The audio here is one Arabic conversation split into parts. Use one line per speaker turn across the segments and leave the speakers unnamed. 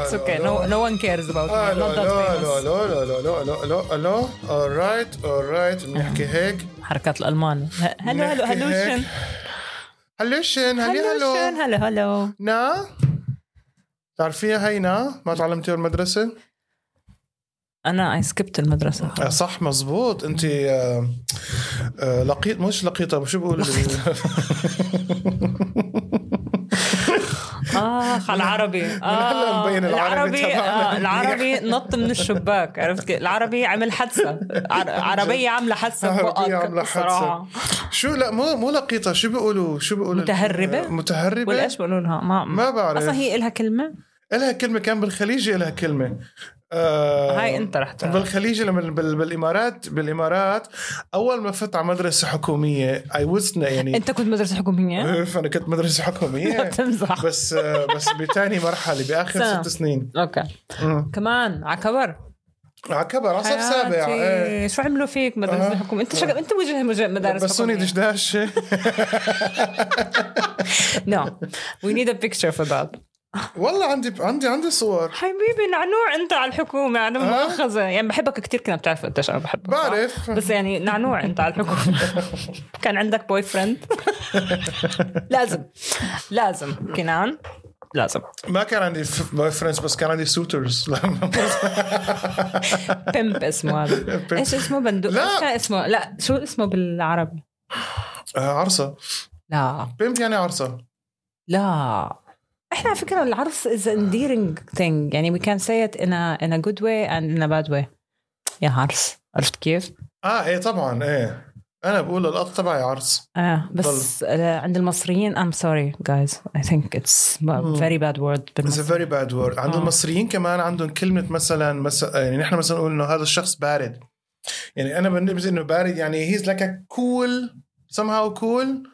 It's okay. No, no one cares about me. I'm
الو
not that
الو
famous.
الو الو الو الو الو الو alright alright
نعم.
بنحكي هيك
حركات الألمان. ه- هلو هلو
بنحكي
هلوشن.
هيك. هلوشن هلي
هلوشن
هلو
هلو هلو.
نا تعرفيها هي نا ما تعلمتيها بالمدرسة؟
أنا I skipped المدرسة
آه،
خلاص.
صح مزبوط انت آه، آه، لقيط مش لقيطة شو بقول
آخ على آه، العربي.
هلا
آه
مبين العربي
العربي
تبعنا
آه العربي نط من الشباك عرفت كيف؟ العربي عمل حادثة. عر- عربية عاملة حادثة
عربية عاملة
ببقك
حادثة.
صراحة.
شو لا مو مو لقيطة شو بيقولوا شو بيقولوا
متهربة؟ ولا
متهربة
ايش بيقولوا لها؟ ما
طيب. ما بعرف.
اصلا هي إلها كلمة؟
إلها كلمة كان بالخليجي إلها كلمة آه
هاي أنت رح تعرف.
بالخليج لما بال- بالامارات بالامارات اول ما فت على مدرسه حكوميه اي وسنا يعني
أنت كنت مدرسة حكومية؟
فانا كنت مدرسه
لا
حكوميه
تمزح.
بس آه، بس بتاني مرحله باخر
سنة.
ست سنين
اوكي
مم.
كمان على كبر
على كبر على صف سابع إيه.
حياتي. شو عملوا فيك مدرسة
آه.
الحكومة انت شغل انت وجه مج- مدارس
لبسوني دشداشه
نو وي نيد ا بيكتشر فور ذات
والله عندي عندي عندي صور
حبيبي نعنوع انت على الحكومة على
آه.
مؤاخذة يعني بحبك كثير كنا بتعرف قديش انا بحبك
بعرف.
صح؟ بس يعني نعنوع انت على الحكومة كان عندك بوي فريند لازم لازم كنان لازم
ما كان عندي بوي فريندز بس كان عندي سوترز
بيمب اسمه هذا
بيمب.
ايش اسمه بندق
لا.
ايش كان اسمه لا شو اسمه بالعربي
عرصه
لا
آه، بنت يعني عرصه
لا احنا على فكره العرس is an endearing thing يعني we can say it in a in a good way and in a bad way يا عرس عرفت كيف؟
اه ايه طبعا ايه انا بقول القط تبعي عرس
اه بس آه، عند المصريين I'm sorry guys I think it's a very bad word
It's a
بالمصري
very bad word عند
آه.
المصريين كمان عندهم كلمة مثلا مثلا يعني نحن مثلا نقول انه هذا الشخص بارد يعني انا بالنسبة انه بارد يعني he's like a cool somehow cool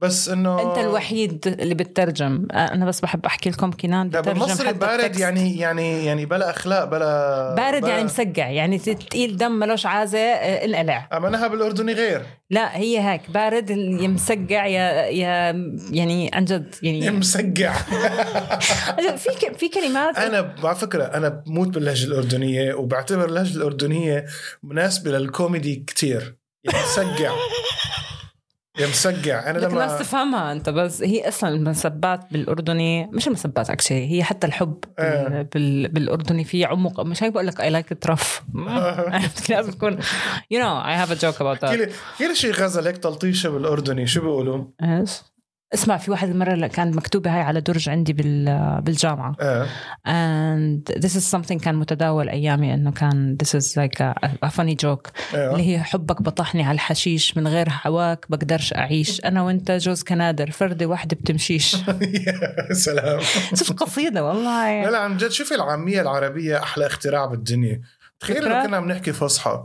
بس انه
انت الوحيد اللي بتترجم آه، انا بس بحب احكي لكم كنان
لا
بترجم
بالمصري
حتى
بارد
التكست.
يعني يعني يعني بلا اخلاق بلا
بارد
بلا
يعني مسقع يعني تقيل دم ملوش عازه آه، انقلع
اما انها بالاردني غير
لا هي هيك بارد يا مسقع يا يا يعني عن جد يعني
مسقع
عن جد، في ك- في كلمات
انا ب- على فكره انا بموت باللهجه الاردنيه وبعتبر اللهجه الاردنيه مناسبه للكوميدي كتير يا مسقع يا مسقع انا
لكن ما
لما
بتفهمها انت بس هي اصلا المسبات بالاردني مش المسبات اكشلي هي حتى الحب
آه.
بال- بال... بالاردني في عمق مش هيك بقول لك اي لايك ترف عرفت لازم تكون يو نو اي هاف ا جوك اباوت ذات
كل كل شيء غزل هيك تلطيشه بالاردني شو بيقولوا؟
ايش اسمع في واحد مرة لا- كانت مكتوبة هاي على درج عندي بال... بالجامعة
آه.
and this is something كان متداول أيامي إنه كان this is like a, a funny joke
آه.
اللي هي حبك بطحني على الحشيش من غير هواك بقدرش أعيش أنا وأنت جوز كنادر فردة واحدة بتمشيش
يا سلام
شوف قصيدة والله
لا لا عن جد شوفي العاميه العربيه احلى اختراع بالدنيا تخيل لو
فكرة؟
كنا عم نحكي فصحى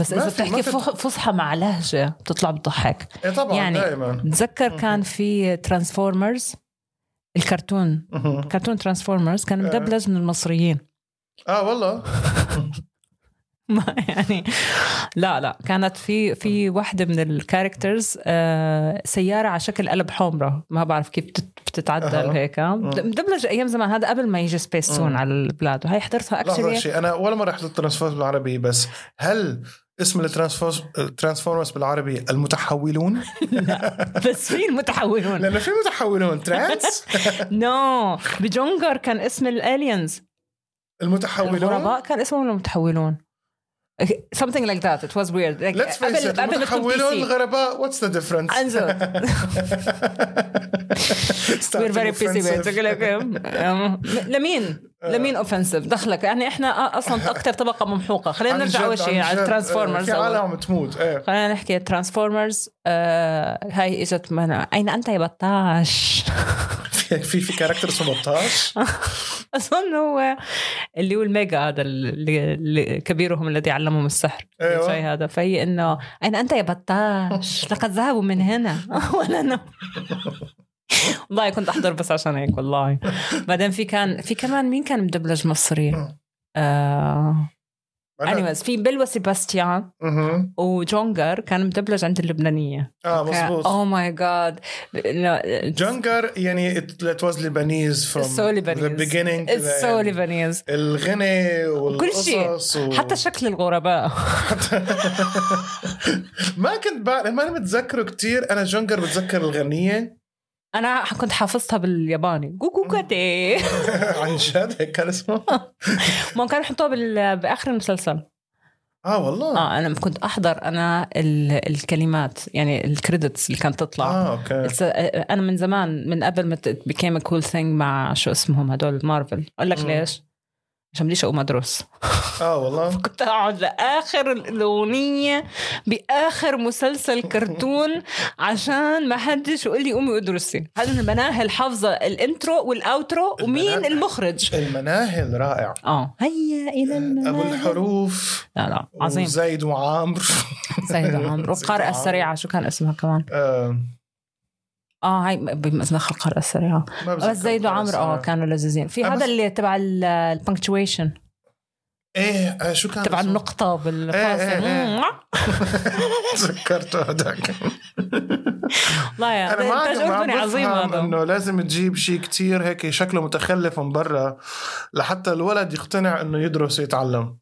بس
ما
اذا
في- ما
بتحكي
في-
فخ- فصحى مع لهجه بتطلع بتضحك
ايه طبعا يعني
يعني-
دائما
بتذكر كان في ترانسفورمرز الكرتون كرتون ترانسفورمرز كان
آه.
مدبلج من المصريين
اه والله
ما يعني لا لا كانت في في وحده من الكاركترز آه، سياره على شكل قلب حمرة ما بعرف كيف بتت- بتتعدل
أها.
هيك مدبلج ايام زمان هذا قبل ما يجي سبيس سون على البلاد وهي حضرتها
لحظه
اكشلي
شيء انا ولا مره رحت الترانسفورمرز بالعربي بس هل اسم الترانسفورس- الترانسفورمرز بالعربي المتحولون؟
بس في المتحولون
لانه في متحولون ترانس
نو بجونجر كان اسم الالينز
المتحولون
الغرباء كان اسمهم المتحولون something like that it was weird like
ليتس فيس
قبل قبل ما يكون
المتحولون
PC.
الغرباء واتس ذا ديفرنس
عنجد we're very busy Um, لمين
Uh.
لمين اوفنسيف دخلك يعني احنا اصلا اكثر طبقه ممحوقه خلينا نرجع اول شيء على الترانسفورمرز
في عالم عم تموت ايه
خلينا نحكي ترانسفورمرز هاي اجت من اين انت يا بطاش
في في في كاركتر اسمه بطاش
اظن هو اللي هو الميجا هذا اللي اللي كبيرهم الذي علمهم السحر
أيوة.
الشيء هذا فهي انه اين انت يا بطاش لقد ذهبوا من هنا ولا انا والله كنت احضر بس عشان هيك والله بعدين في كان في كمان مين كان مدبلج مصري؟ آه
بعدها-
انيويز في بيل وسيباستيان
مهم.
وجونجر كان مدبلج عند Oh اللبنانيه
اه مزبوط
اوه ماي جاد
جونجر يعني it, it was Lebanese from
It's so Lebanese.
the beginning to
اتس
the
سو
end.
ليبانيز
الغنى
كل شيء
والقصص و...
حتى شكل الغرباء
ما كنت بقى ما انا متذكره كتير انا جونجر بتذكر الغنيه
انا كنت حافظتها بالياباني جوجو كاتي
عن جد هيك كان اسمه
ما كانوا يحطوها بال... باخر المسلسل
اه والله
اه انا كنت احضر انا ال... الكلمات يعني الكريدتس اللي كانت تطلع
اه اوكي
It's a- انا من زمان من قبل ما ت- became a cool thing مع شو اسمهم هدول مارفل اقول لك
مم.
ليش عشان بديش اقوم ادرس
اه والله
كنت اقعد لاخر الاغنيه باخر مسلسل كرتون عشان ما حدش يقول لي قومي ادرسي هذا المناهل حافظه الانترو والاوترو ومين
المناهل.
المخرج
المناهل رائع
اه هيا الى
ابو
المناهل
الحروف
لا لا عظيم
وزيد وعمرو
سيد عمرو والقارئه
عمرو.
السريعه شو كان اسمها كمان
آه
اه هاي بمزنخ القارئه السريعه
ما بتذكر
بس آه، زيد وعمرو اه كانوا لذيذين في
آه،
هذا
بس-
اللي تبع البنكتويشن
ايه آه شو كان
تبع
اسمه؟
النقطة
إيه،
بالفاصل
إيه، إيه.
مم.
تذكرته هداك
لا يا
انا ما
إنتاج
عم-
أردني
ما عم
عظيم
بفهم
هذا
انه لازم تجيب شيء كتير هيك شكله متخلف من برا لحتى الولد يقتنع انه يدرس ويتعلم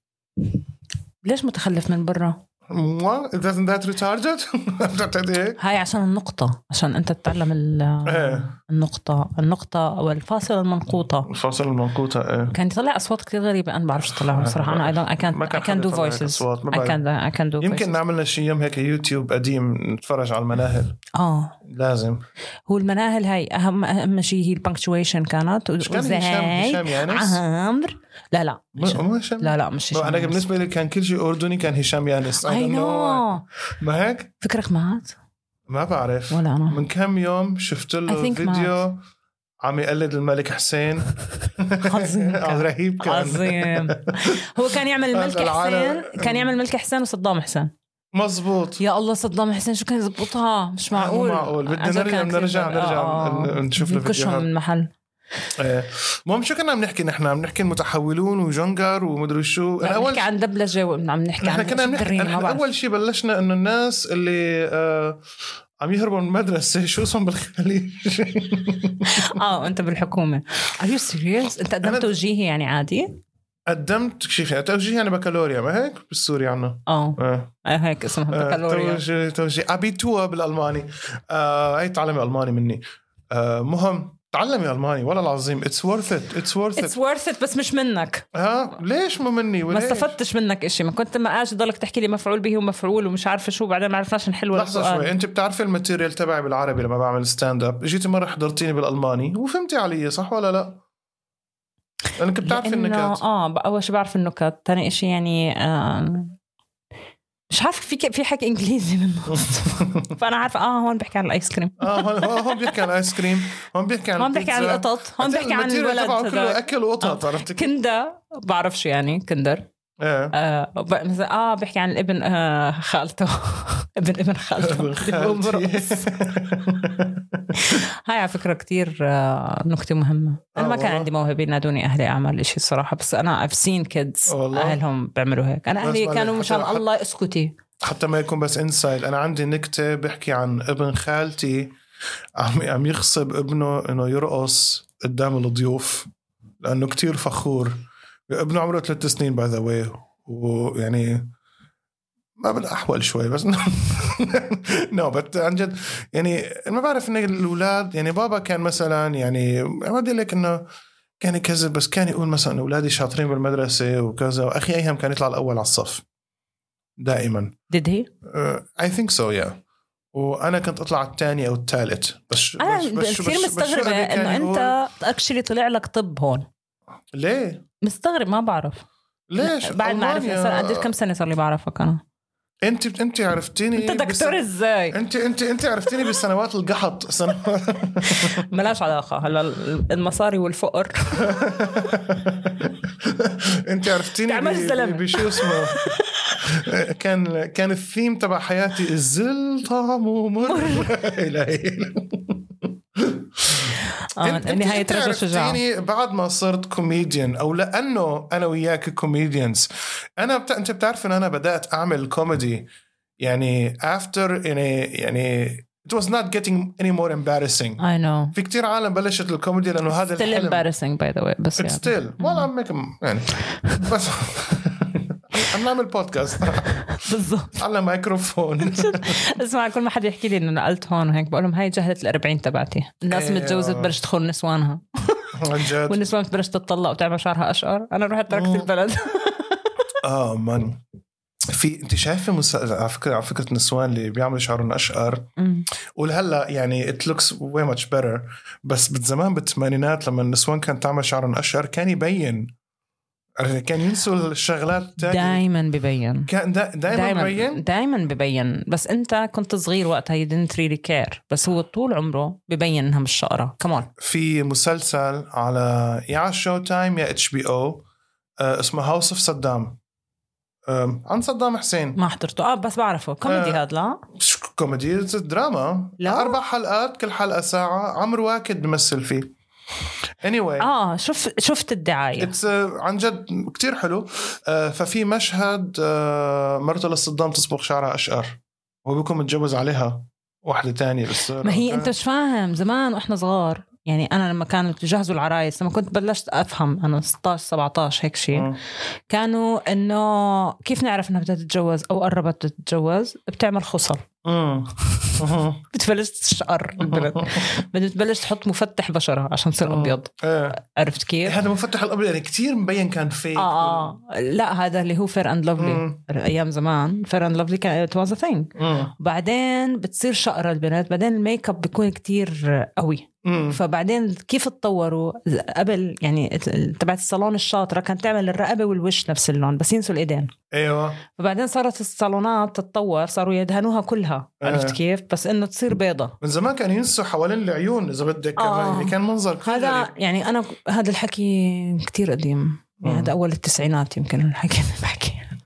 ليش متخلف من برا؟
موا doesn't that retarded بتعتقد هيك
هاي عشان النقطة عشان أنت تتعلم ال-
ايه
النقطة النقطة أو الفاصلة المنقوطة
الفاصل المنقوطة ايه
كان يطلع أصوات كثير غريبة أنا ما بعرفش أطلعهم صراحة أنا I don't I
إيه، ما
can't I
كان حدا
can't do
يطلع هيك
voices
أصوات، ما
I can
بعرف.
I can do
يمكن
voices
نعمل لنا شيء يوم هيك يوتيوب قديم نتفرج على المناهل
آه
لازم
هو المناهل هاي أهم أهم شيء هي البنكتويشن كانت
مش كان هشام هشام يانس؟
عمرو لا لا
مو مو هشام
آه. لا لا مش
لا،
هشام
انا
يانس.
بالنسبه لي كان كل شيء اردني كان هشام يانس I
اي
don't know why.
نو
ما هيك؟
فكرك مات
ما بعرف
ولا انا
من كم يوم شفت له
I think
فيديو عم يقلد الملك حسين
عظيم كان.
عم رهيب كان
عظيم هو كان يعمل الملك
هذا العالم-
حسين كان يعمل الملك حسين وصدام حسين
مزبوط
يا الله صدام حسين شو كان يزبطها مش معقول
مو معقول. بدنا
عن جد
نرجع-
كان
بدنا نرجع-
كثير-
نرجع
آه.
ن- نشوف
نكشهم
الفيديوهات.
من محل
إيه. المهم شو كنا عم نحكي نحن عم نحكي المتحولون وجونجر ومدري شو
عم
انا اول
نحكي عن دبلجه وعم نحكي عن
نحن كنا عم نحكي
شكرين، ما
نحن
بعرف.
اول شيء بلشنا انه الناس اللي آه عم يهربوا من المدرسه شو اسمهم بالخليج
اه انت بالحكومه ار يو سيريس انت قدمت
أنا-
توجيهي يعني عادي
قدمت شوف توجيه يعني بكالوريا ما هيك بالسوري عنا
اه
آه.
آه، هيك اسمها
آه،
بكالوريا
توجيه توجيه ابيتوا بالالماني آه هي تعلمي الماني مني آه مهم تعلمي الماني والله العظيم اتس ورث ات اتس ورث
اتس
ات
ورث ات بس مش منك
ها ليش مو مني
ما
وليش؟
استفدتش منك إشي ما كنت ما قاعد ضلك تحكي لي مفعول به ومفعول ومش عارفه شو بعدين ما عرفناش نحل ولا
لحظة
سؤال
شوي انت بتعرفي الماتيريال تبعي بالعربي لما بعمل ستاند اب جيتي مرة حضرتيني بالالماني وفهمتي علي صح ولا لا؟ لانك بتعرفي
لأنه-
النكات
اه ب- اول شيء بعرف النكت ثاني شيء يعني آه مش عارفه في ك- في حكي انجليزي منه فانا عارفه اه هون بحكي عن الايس كريم
اه هون- هون هون بيحكي عن الايس كريم هون بيحكي عن
هون بحكي عن
البيتزا.
القطط هون
أنت
بحكي عن
الماتيريال
الولد
تبعه كله
هذاك.
اكل وقطط عرفتي كيف؟
كندا بعرف شو يعني كندر
ايه
آه ب- مثلا اه بحكي عن ابن آه خالته ابن ابن خالته
ابن
اللي هو برقص.
خالتي.
هاي على فكره كثير نكته مهمه انا
آه
ما كان
والله.
عندي موهبه ينادوني اهلي اعمل إشي الصراحه بس انا I've seen kids
آه، والله.
اهلهم بيعملوا هيك انا
بس
اهلي
بقول
كانوا
لك
مشان
حتى- حتى-
الله اسكتي
حتى ما يكون بس انسايد انا عندي نكته بحكي عن ابن خالتي عم عم يخصب ابنه انه يرقص قدام الضيوف لانه كتير فخور ابنه عمره ثلاث سنين باي ذا واي ويعني ما بالاحول شوي بس نو بس عن جد يعني ما بعرف ان الاولاد يعني بابا كان مثلا يعني ما بدي أقول لك انه كان يكذب بس كان يقول مثلا إنه اولادي شاطرين بالمدرسه وكذا واخي ايهم كان يطلع الاول على الصف دائما
did he
اي ثينك سو يا وانا كنت اطلع الثاني او الثالث بس
انا
بس- بس-
كثير
بس- بس-
مستغربه
شو يعني أبي كان
انه
يقول؟
انت اكشلي طلع لك طب هون
ليه؟
مستغرب ما بعرف
ليش؟
بعد ما عرفت
ألمانيا-
صار قديش كم سنه صار لي بعرفك انا
انت انت عرفتيني
انت دكتور
إيه، بس-
ازاي
انت انت انت عرفتيني بالسنوات القحط سنوات
ملاش علاقه هلا المصاري والفقر
انت عرفتيني
تعمل
ب-
زلمة.
بشو اسمه كان كان الثيم تبع حياتي الزل طعمه مر لا إله إلا الله.
آه،
أنت- أنت-
نهاية
أنت
رجل شجاع
عرفتيني بعد ما صرت كوميديان او لانه انا وياك كوميديانز انا بت... انت بتعرف ان انا بدات اعمل كوميدي يعني after يعني يعني it was not getting any more embarrassing
I know
في كتير عالم بلشت الكوميدي لانه هذا
still
الحلم
embarrassing by the way بس
It's
يعني
still well I'm making يعني بس عم نعمل بودكاست
بالضبط
على مايكروفون
اسمع كل ما حدا يحكي لي انه نقلت هون وهيك بقول لهم هاي جهله ال40 تبعتي الناس
أيوه.
متجوزه تبلش تخون نسوانها
عن جد
والنسوان بتبلش تتطلق وتعمل شعرها اشقر انا رحت تركت
مم.
البلد
اه مان في انت شايفه مس... على فكره على فكره النسوان اللي بيعملوا شعرهم اشقر ولهلا يعني it looks way much better بس بالزمان بالثمانينات لما النسوان كانت تعمل شعرهم اشقر كان يبين عرفت؟ كان ينسوا الشغلات التانية
دائما ببين
كان دائما
دائما
يبين
دائما ببين بس انت كنت صغير وقتها you didn't really care بس هو طول عمره ببين انها مش شقره كمان
في مسلسل على يا على شو تايم يا اتش بي او اسمه هاوس اوف صدام آم، عن صدام حسين
ما حضرته اه بس بعرفه كوميدي
آه.
هذا لا
مش كوميدي دراما
لا.
لا. اربع حلقات كل حلقه ساعه عمرو واكد بمثل فيه anyway
اه شف شفت الدعايه
اتس uh, عن جد كتير حلو آه، ففي مشهد آه، مرته لصدام تصبغ شعرها اشقر وهو بيكون متجوز عليها واحدة تانية بس
ما هي انت مش فاهم زمان واحنا صغار يعني انا لما كانت يجهزوا العرايس لما كنت بلشت افهم انا 16 17 هيك شيء
مم.
كانوا انه كيف نعرف انها بدها تتجوز او قربت بدها تتجوز بتعمل خصل
مم. مم.
بتبلش تشقر البنت بدها تبلش تحط مفتح بشرها عشان تصير
مم.
ابيض
إيه.
عرفت كيف؟
هذا مفتح الابيض يعني كتير مبين كان فيك
اه اه لا هذا اللي هو فير اند لافلي
مم.
ايام زمان فير اند لافلي كان ات واز ا ثينج
مم. بعدين
بعدين بتصير شقره البنات بعدين الميك اب بيكون كتير قوي
مم.
فبعدين كيف اتطوروا قبل يعني ال- تبعت الصالون الشاطره كانت تعمل الرقبه والوش نفس اللون بس ينسوا الايدين
ايوه
فبعدين صارت الصالونات تتطور صاروا يدهنوها كلها
آه.
عرفت كيف بس انه تصير بيضة
من زمان كانوا ينسوا حوالين العيون اذا بدك
آه.
يعني كان منظر كتير غريب.
هذا يعني انا هذا الحكي كتير قديم يعني
مم.
هذا اول التسعينات يمكن الحكي اللي بحكي عن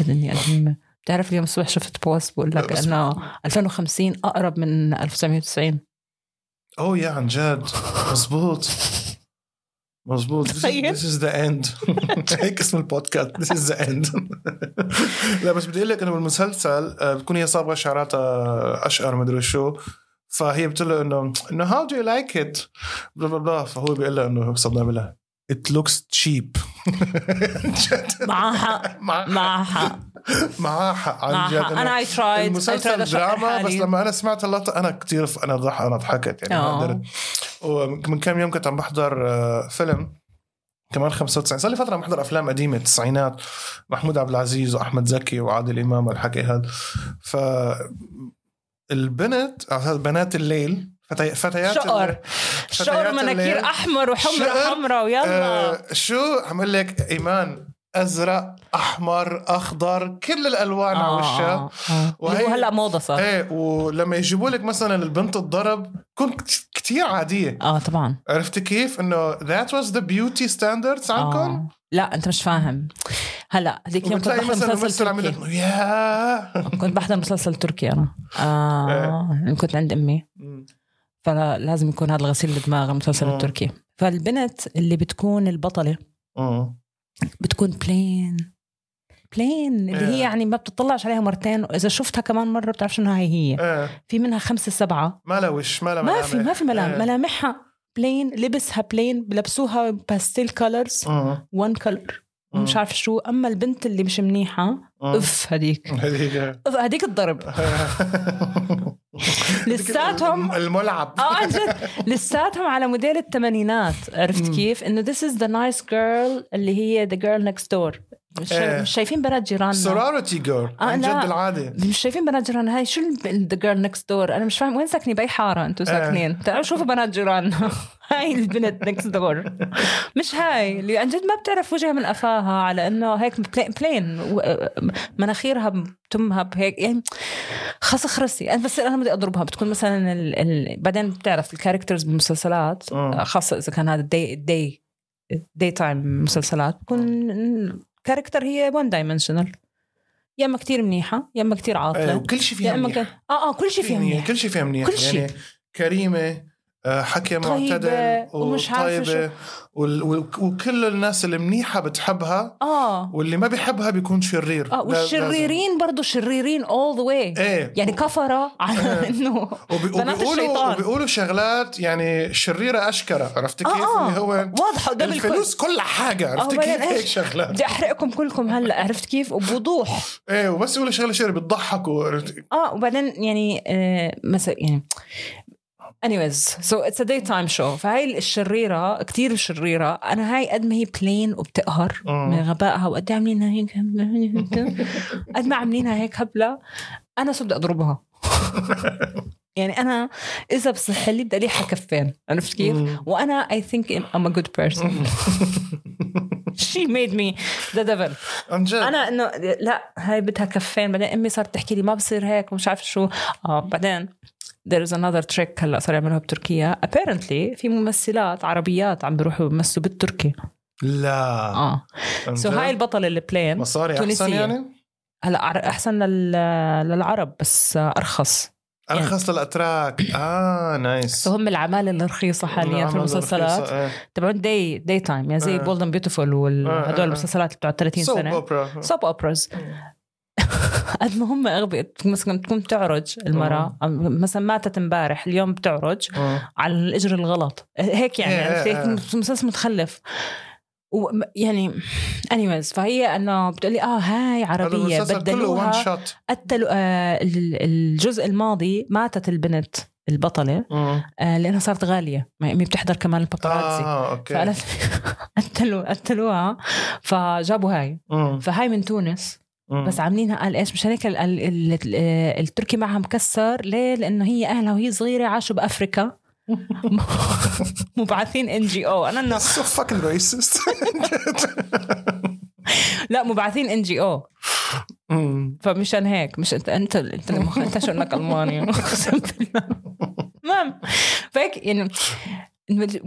جد اني قديمه بتعرف اليوم الصبح شفت بوست بقول لك
بس-
انه 2050 اقرب من 1990
اوه يا Oh, عن جد مزبوط مزبوط This is-
تخيل.
This is the end هيك اسم البودكاست This is the end لا بس بدي اقول لك انه بالمسلسل آه، بتكون هي صابغه شعراتها اشقر مدري شو فهي بتقول له انه انه هاو دو يو لايك ات بلا بلا بلا فهو بيقول لها انه صدنا بالله ات لوكس تشيب
معاها حق معاها حق
معاه حق
معاها
عن جد
حق. انا اي ترايد
المسلسل دراما بس لما انا سمعت اللقطه انا كثير انا ضح انا ضحكت يعني ما
آه.
قدرت ومن كم يوم كنت عم بحضر آه، فيلم كمان 95 صار لي فتره عم بحضر افلام قديمه التسعينات محمود عبد العزيز واحمد زكي وعادل امام والحكي هذا ف البنت أو بنات الليل فتي... فتيات
شقر.
فتيات
شعر
الليل.
مناكير احمر وحمر
شعر.
حمرة ويلا
آه شو عم اقول لك ايمان ازرق احمر اخضر كل الالوان على وشها
آه.
وهي-
وهلا موضه صار
ايه ولما يجيبوا لك مثلا البنت الضرب تكون كت- كتير عاديه
اه طبعا
عرفت كيف انه that was the beauty standards عندكم
آه. لا انت مش فاهم هلا هذيك اليوم كنت
وبتلاقي
بحضر
مثلا
مسلسل
ممثل عم
تركي
يقول لك يا
كنت بحضر مسلسل تركي انا
إيه.
آه. كنت عند امي فلازم يكون هذا الغسيل الدماغ المسلسل
آه.
التركي فالبنت اللي بتكون البطله
أمم.
بتكون بلين بلين اللي هي
إيه.
يعني ما بتطلعش عليها مرتين واذا شفتها كمان مره بتعرف شنو هاي هي
ايه
في منها خمسة سبعة
ما لا وش ما لا
ما في ما في ملام
إيه.
ملامحها بلين لبسها بلين لبسوها باستيل كولرز
أمم.
وان كلر
مم.
مش عارف شو اما البنت اللي مش منيحه
أمم.
اف هذيك
هذيك.
أف هذيك الضرب لساتهم
الملعب
اه عن جد لساتهم على موديل الثمانينات عرفت
مم.
كيف؟ انه this is the nice girl اللي هي the girl next door مش,
إيه.
مش شايفين بنات جيراننا
سوراريتي جيرل
آه،
عن جد
لا.
العاده
مش شايفين بنات جيراننا هاي شو ال- the girl next door انا مش فاهم وين ساكنه باي حاره انتم
إيه.
ساكنين تعالوا شوفوا بنات جيراننا هاي البنت next door مش هاي اللي عن جد ما بتعرف وجهها من قفاها على انه هيك بلا- بلين و- مناخيرها تمها بهيك يعني خسخرسي انا بس انا بدي اضربها بتكون مثلا ال... ال... بعدين بتعرف الكاركترز بالمسلسلات
مم.
خاصه اذا كان هذا الدي الدي داي تايم مسلسلات بتكون الكاركتر هي وان دايمنشنال يا اما كثير منيحه يا اما كثير
إيه،
عاطله
وكل شيء
يا آه،
فيها
اما
منيح
ك... اه اه كل شيء فيها منيح
كل شيء فيها منيح
كل شيء.
يعني كريمه آه، حكي
طيبة
معتدل
ومش عارفة شو.
وطيبة وال- وال- وكل الناس المنيحة بتحبها
اه
واللي ما بيحبها بيكون شرير
اه
لا- لازم.
والشريرين برضه شريرين اول ذا واي
ايه
يعني كفرة
آه.
على انه
وبي-
بنات
وبيقولوا
الشيطان
وبيقولوا شغلات يعني شريرة أشكرة عرفت كيف؟
اه
اللي هو
اه واضحة قدام الكل
الفلوس كل حاجة عرفت
آه،
كيف
بعدين
هيك
إيش؟
شغلات
بدي احرقكم كلكم هلا عرفت كيف وبوضوح
ايه وبس يقولوا شغلة شغلة بتضحكوا عرفت؟
اه وبعدين يعني آه مثلا يعني anyways so it's a daytime show فهاي الشريرة كتير شريرة أنا هاي قد ما هي بلين وبتقهر
آه.
من غبائها وقد ما عاملينها هيك قد ما عاملينها هيك هبلة أنا صرت بدي أضربها يعني أنا إذا بصح لي بدي أليحها كفين عرفت كيف؟
مم.
وأنا I think I'm a good person she made me the devil
عن جد
انا انه لا هاي بدها كفين بعدين امي صارت تحكي لي ما بصير هيك ومش عارف شو اه بعدين there is another trick هلا صار يعملوها بتركيا apparently في ممثلات عربيات عم بيروحوا بيمثلوا بالتركي
لا
اه
عن
سو
آه. جد؟
هاي البطله اللي بلين
مصاري
تونسية.
أحسن يعني؟
هلا عر- احسن لل... للعرب بس آه، ارخص
أرخص للأتراك آه نايس
سو هم العماله الرخيصه حاليا في
العمل
المسلسلات
الرخيصة، إيه.
تبعون داي داي تايم يعني زي
آه.
بولد اند بيوتيفول
آه، آه، آه.
وهدول المسلسلات بتوع 30
Soap
سنه
opera.
سوب اوبرز قد ما هم اغبياء مثلا بتكون بتعرج المراه مثلا ماتت امبارح اليوم بتعرج
آه.
على الاجر الغلط هيك يعني
إيه،
عرفت
إيه،
هيك مسلسل متخلف و يعني anyways فهي انه بتقولي اه هاي
هذا
عربيه
المسلسل كله وان
بدلوها
شوت
قتلوا آه ال- الجزء الماضي ماتت البنت البطله آه لانها صارت غاليه ما امي بتحضر كمان الباباراتزي
اه اوكي
فقالت قتلوا قتلوها فجابوا هاي
مم.
فهاي من تونس
مم.
بس عاملينها قال ايش مشان هيك ال- ال- ال- ال- التركي معها مكسر ليه لانه هي اهلها وهي صغيره عاشوا بافريكا مبعثين ان جي او انا انه
That's so fucking racist.
لا مبعثين ان جي او
مم.
فمشان هيك مش انت انت انت اللي مخ- انت شو انك الماني اقسم بالله المهم فهيك يعني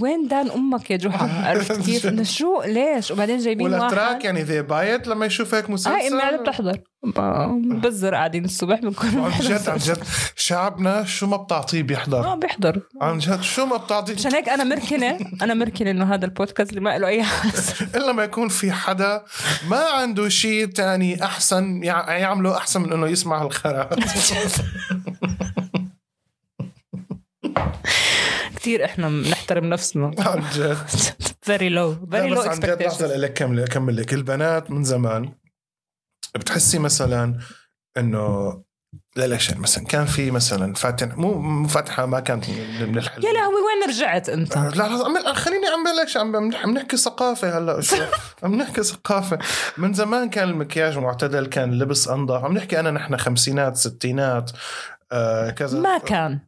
وين دان امك يا جحا عرفت كيف انه شو ليش وبعدين جايبين واحد آه،
والاتراك يعني they buy it لما يشوف هيك
هاي امي قاعده
مسلسل
بتحضر ب- بزر قاعدين الصبح بنكون
عن جد عن جد شعبنا شو ما بتعطيه بيحضر
اه بيحضر
عن جد شو ما بتعطيه
عشان هيك انا مركنه انا مركنه انه هذا البودكاست اللي ما له اي حس
الا ما يكون في حدا ما عنده شيء تاني احسن يع- يعمله احسن من انه يسمع هالخرا
كثير احنا بنحترم نفسنا
عن جد
فيري لو
لا
فيري
بس
لو
عن جد لحظه
اكسبكتيشن
لك كمل اكمل لك البنات من زمان بتحسي مثلا انه لا لا شيء مثلا كان في مثلا فاتن مو مو فاتحه ما كانت من من الحلوة
يا لهوي وين رجعت انت؟
لا لحظة عم- خليني عم بلش عم عم- عم نحكي ثقافة هلا شو عم نحكي ثقافة من زمان كان المكياج معتدل كان اللبس انظف عم نحكي انا نحن خمسينات ستينات آه كذا
ما كان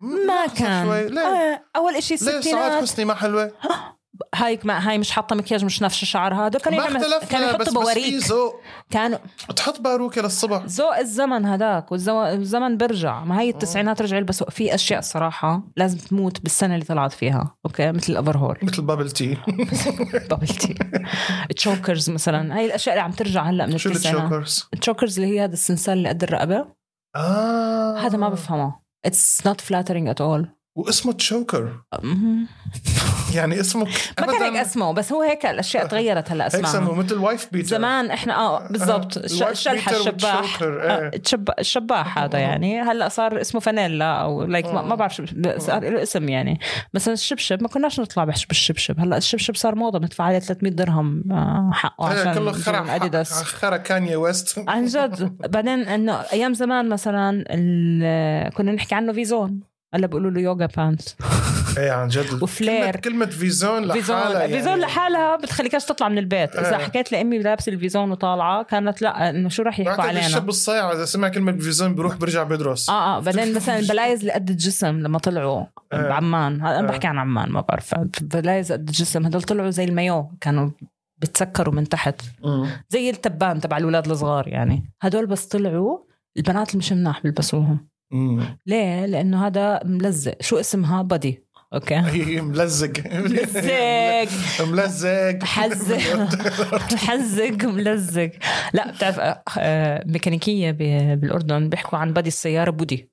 ما
أحسن
كان
شوي ليه؟
آه، اول شيء
ليه سعاد
الستينات
حسني ما حلوة؟
هاي ما هاي مش حاطه مكياج مش نفس شعرها هدول كانوا
ما
يعملوا
اختلفنا
كانوا
بس
يحطوا
بس في
بواريك
ذوق
كانوا
تحط باروكة للصبح
ذوق الزمن هداك والزمن بيرجع ما
آه.
هي التسعينات رجع يلبسوا في اشياء صراحه لازم تموت بالسنه اللي طلعت فيها اوكي مثل الافرهول
مثل بابل تي
بابل تي تشوكرز مثلا هاي الاشياء اللي عم ترجع هلا من
شو
التسعينات
التشوكرز؟
التشوكرز اللي هي هذا السنسال اللي قد الرقبه
اه
هذا ما بفهمه اتس نوت فلاترينج ات اول
واسمه تشوكر يعني اسمه
ما كان هيك
أبداً-
اسمه بس هو هيك الاشياء تغيرت هلا
هيك سموه
اسمها
مثل وايف بيتر
زمان احنا اه بالضبط
آه،
الش-
الوايت
الشلحه
بيتر
الشباح
والشوكر،
آه،
إيه.
الشب- الشباح
آه.
هذا يعني هلا صار اسمه فانيلا او لايك ما, ما بعرف شو- صار له اسم يعني مثلا الشبشب ما كناش نطلع بحشب الشبشب هلا الشبشب صار موضه بندفع عليه 300 درهم آه، حقه
إيه،
عشان آه.
كله
نجيب من
خرا
اديداس
خرا كانيا ويست
عن جد بعدين انه ايام زمان مثلا ال- كنا نحكي عنه فيزون هلا بيقولوا له يوجا بانت
ايه عن جد
وفلير.
كلمة, كلمة فيزون لحالها
فيزون
يعني.
فيزون لحالها بتخليكش تطلع من البيت اذا
آه.
حكيت لامي لابسه الفيزون وطالعه كانت لا انه شو راح يحكوا
بعتقد
علينا
الشاب الصايع اذا سمع كلمة فيزون بيروح بيرجع بيدرس
اه اه بعدين مثلا البلايز اللي قد الجسم لما طلعوا
آه.
بعمان هلا انا
آه.
بحكي عن عمان ما بعرف بلايز قد الجسم هدول طلعوا زي المايو كانوا بتسكروا من تحت
مم.
زي التبان تبع الاولاد الصغار يعني هدول بس طلعوا البنات اللي مش مناح بيلبسوهم
مم.
ليه؟ لأنه هذا ملزق، شو اسمها؟ بادي، أوكي؟
هي ملزق
ملزق
ملزق
حزق حزق ملزق لا بتعرف آه، ميكانيكية ب- بالأردن بيحكوا عن بادي السيارة بودي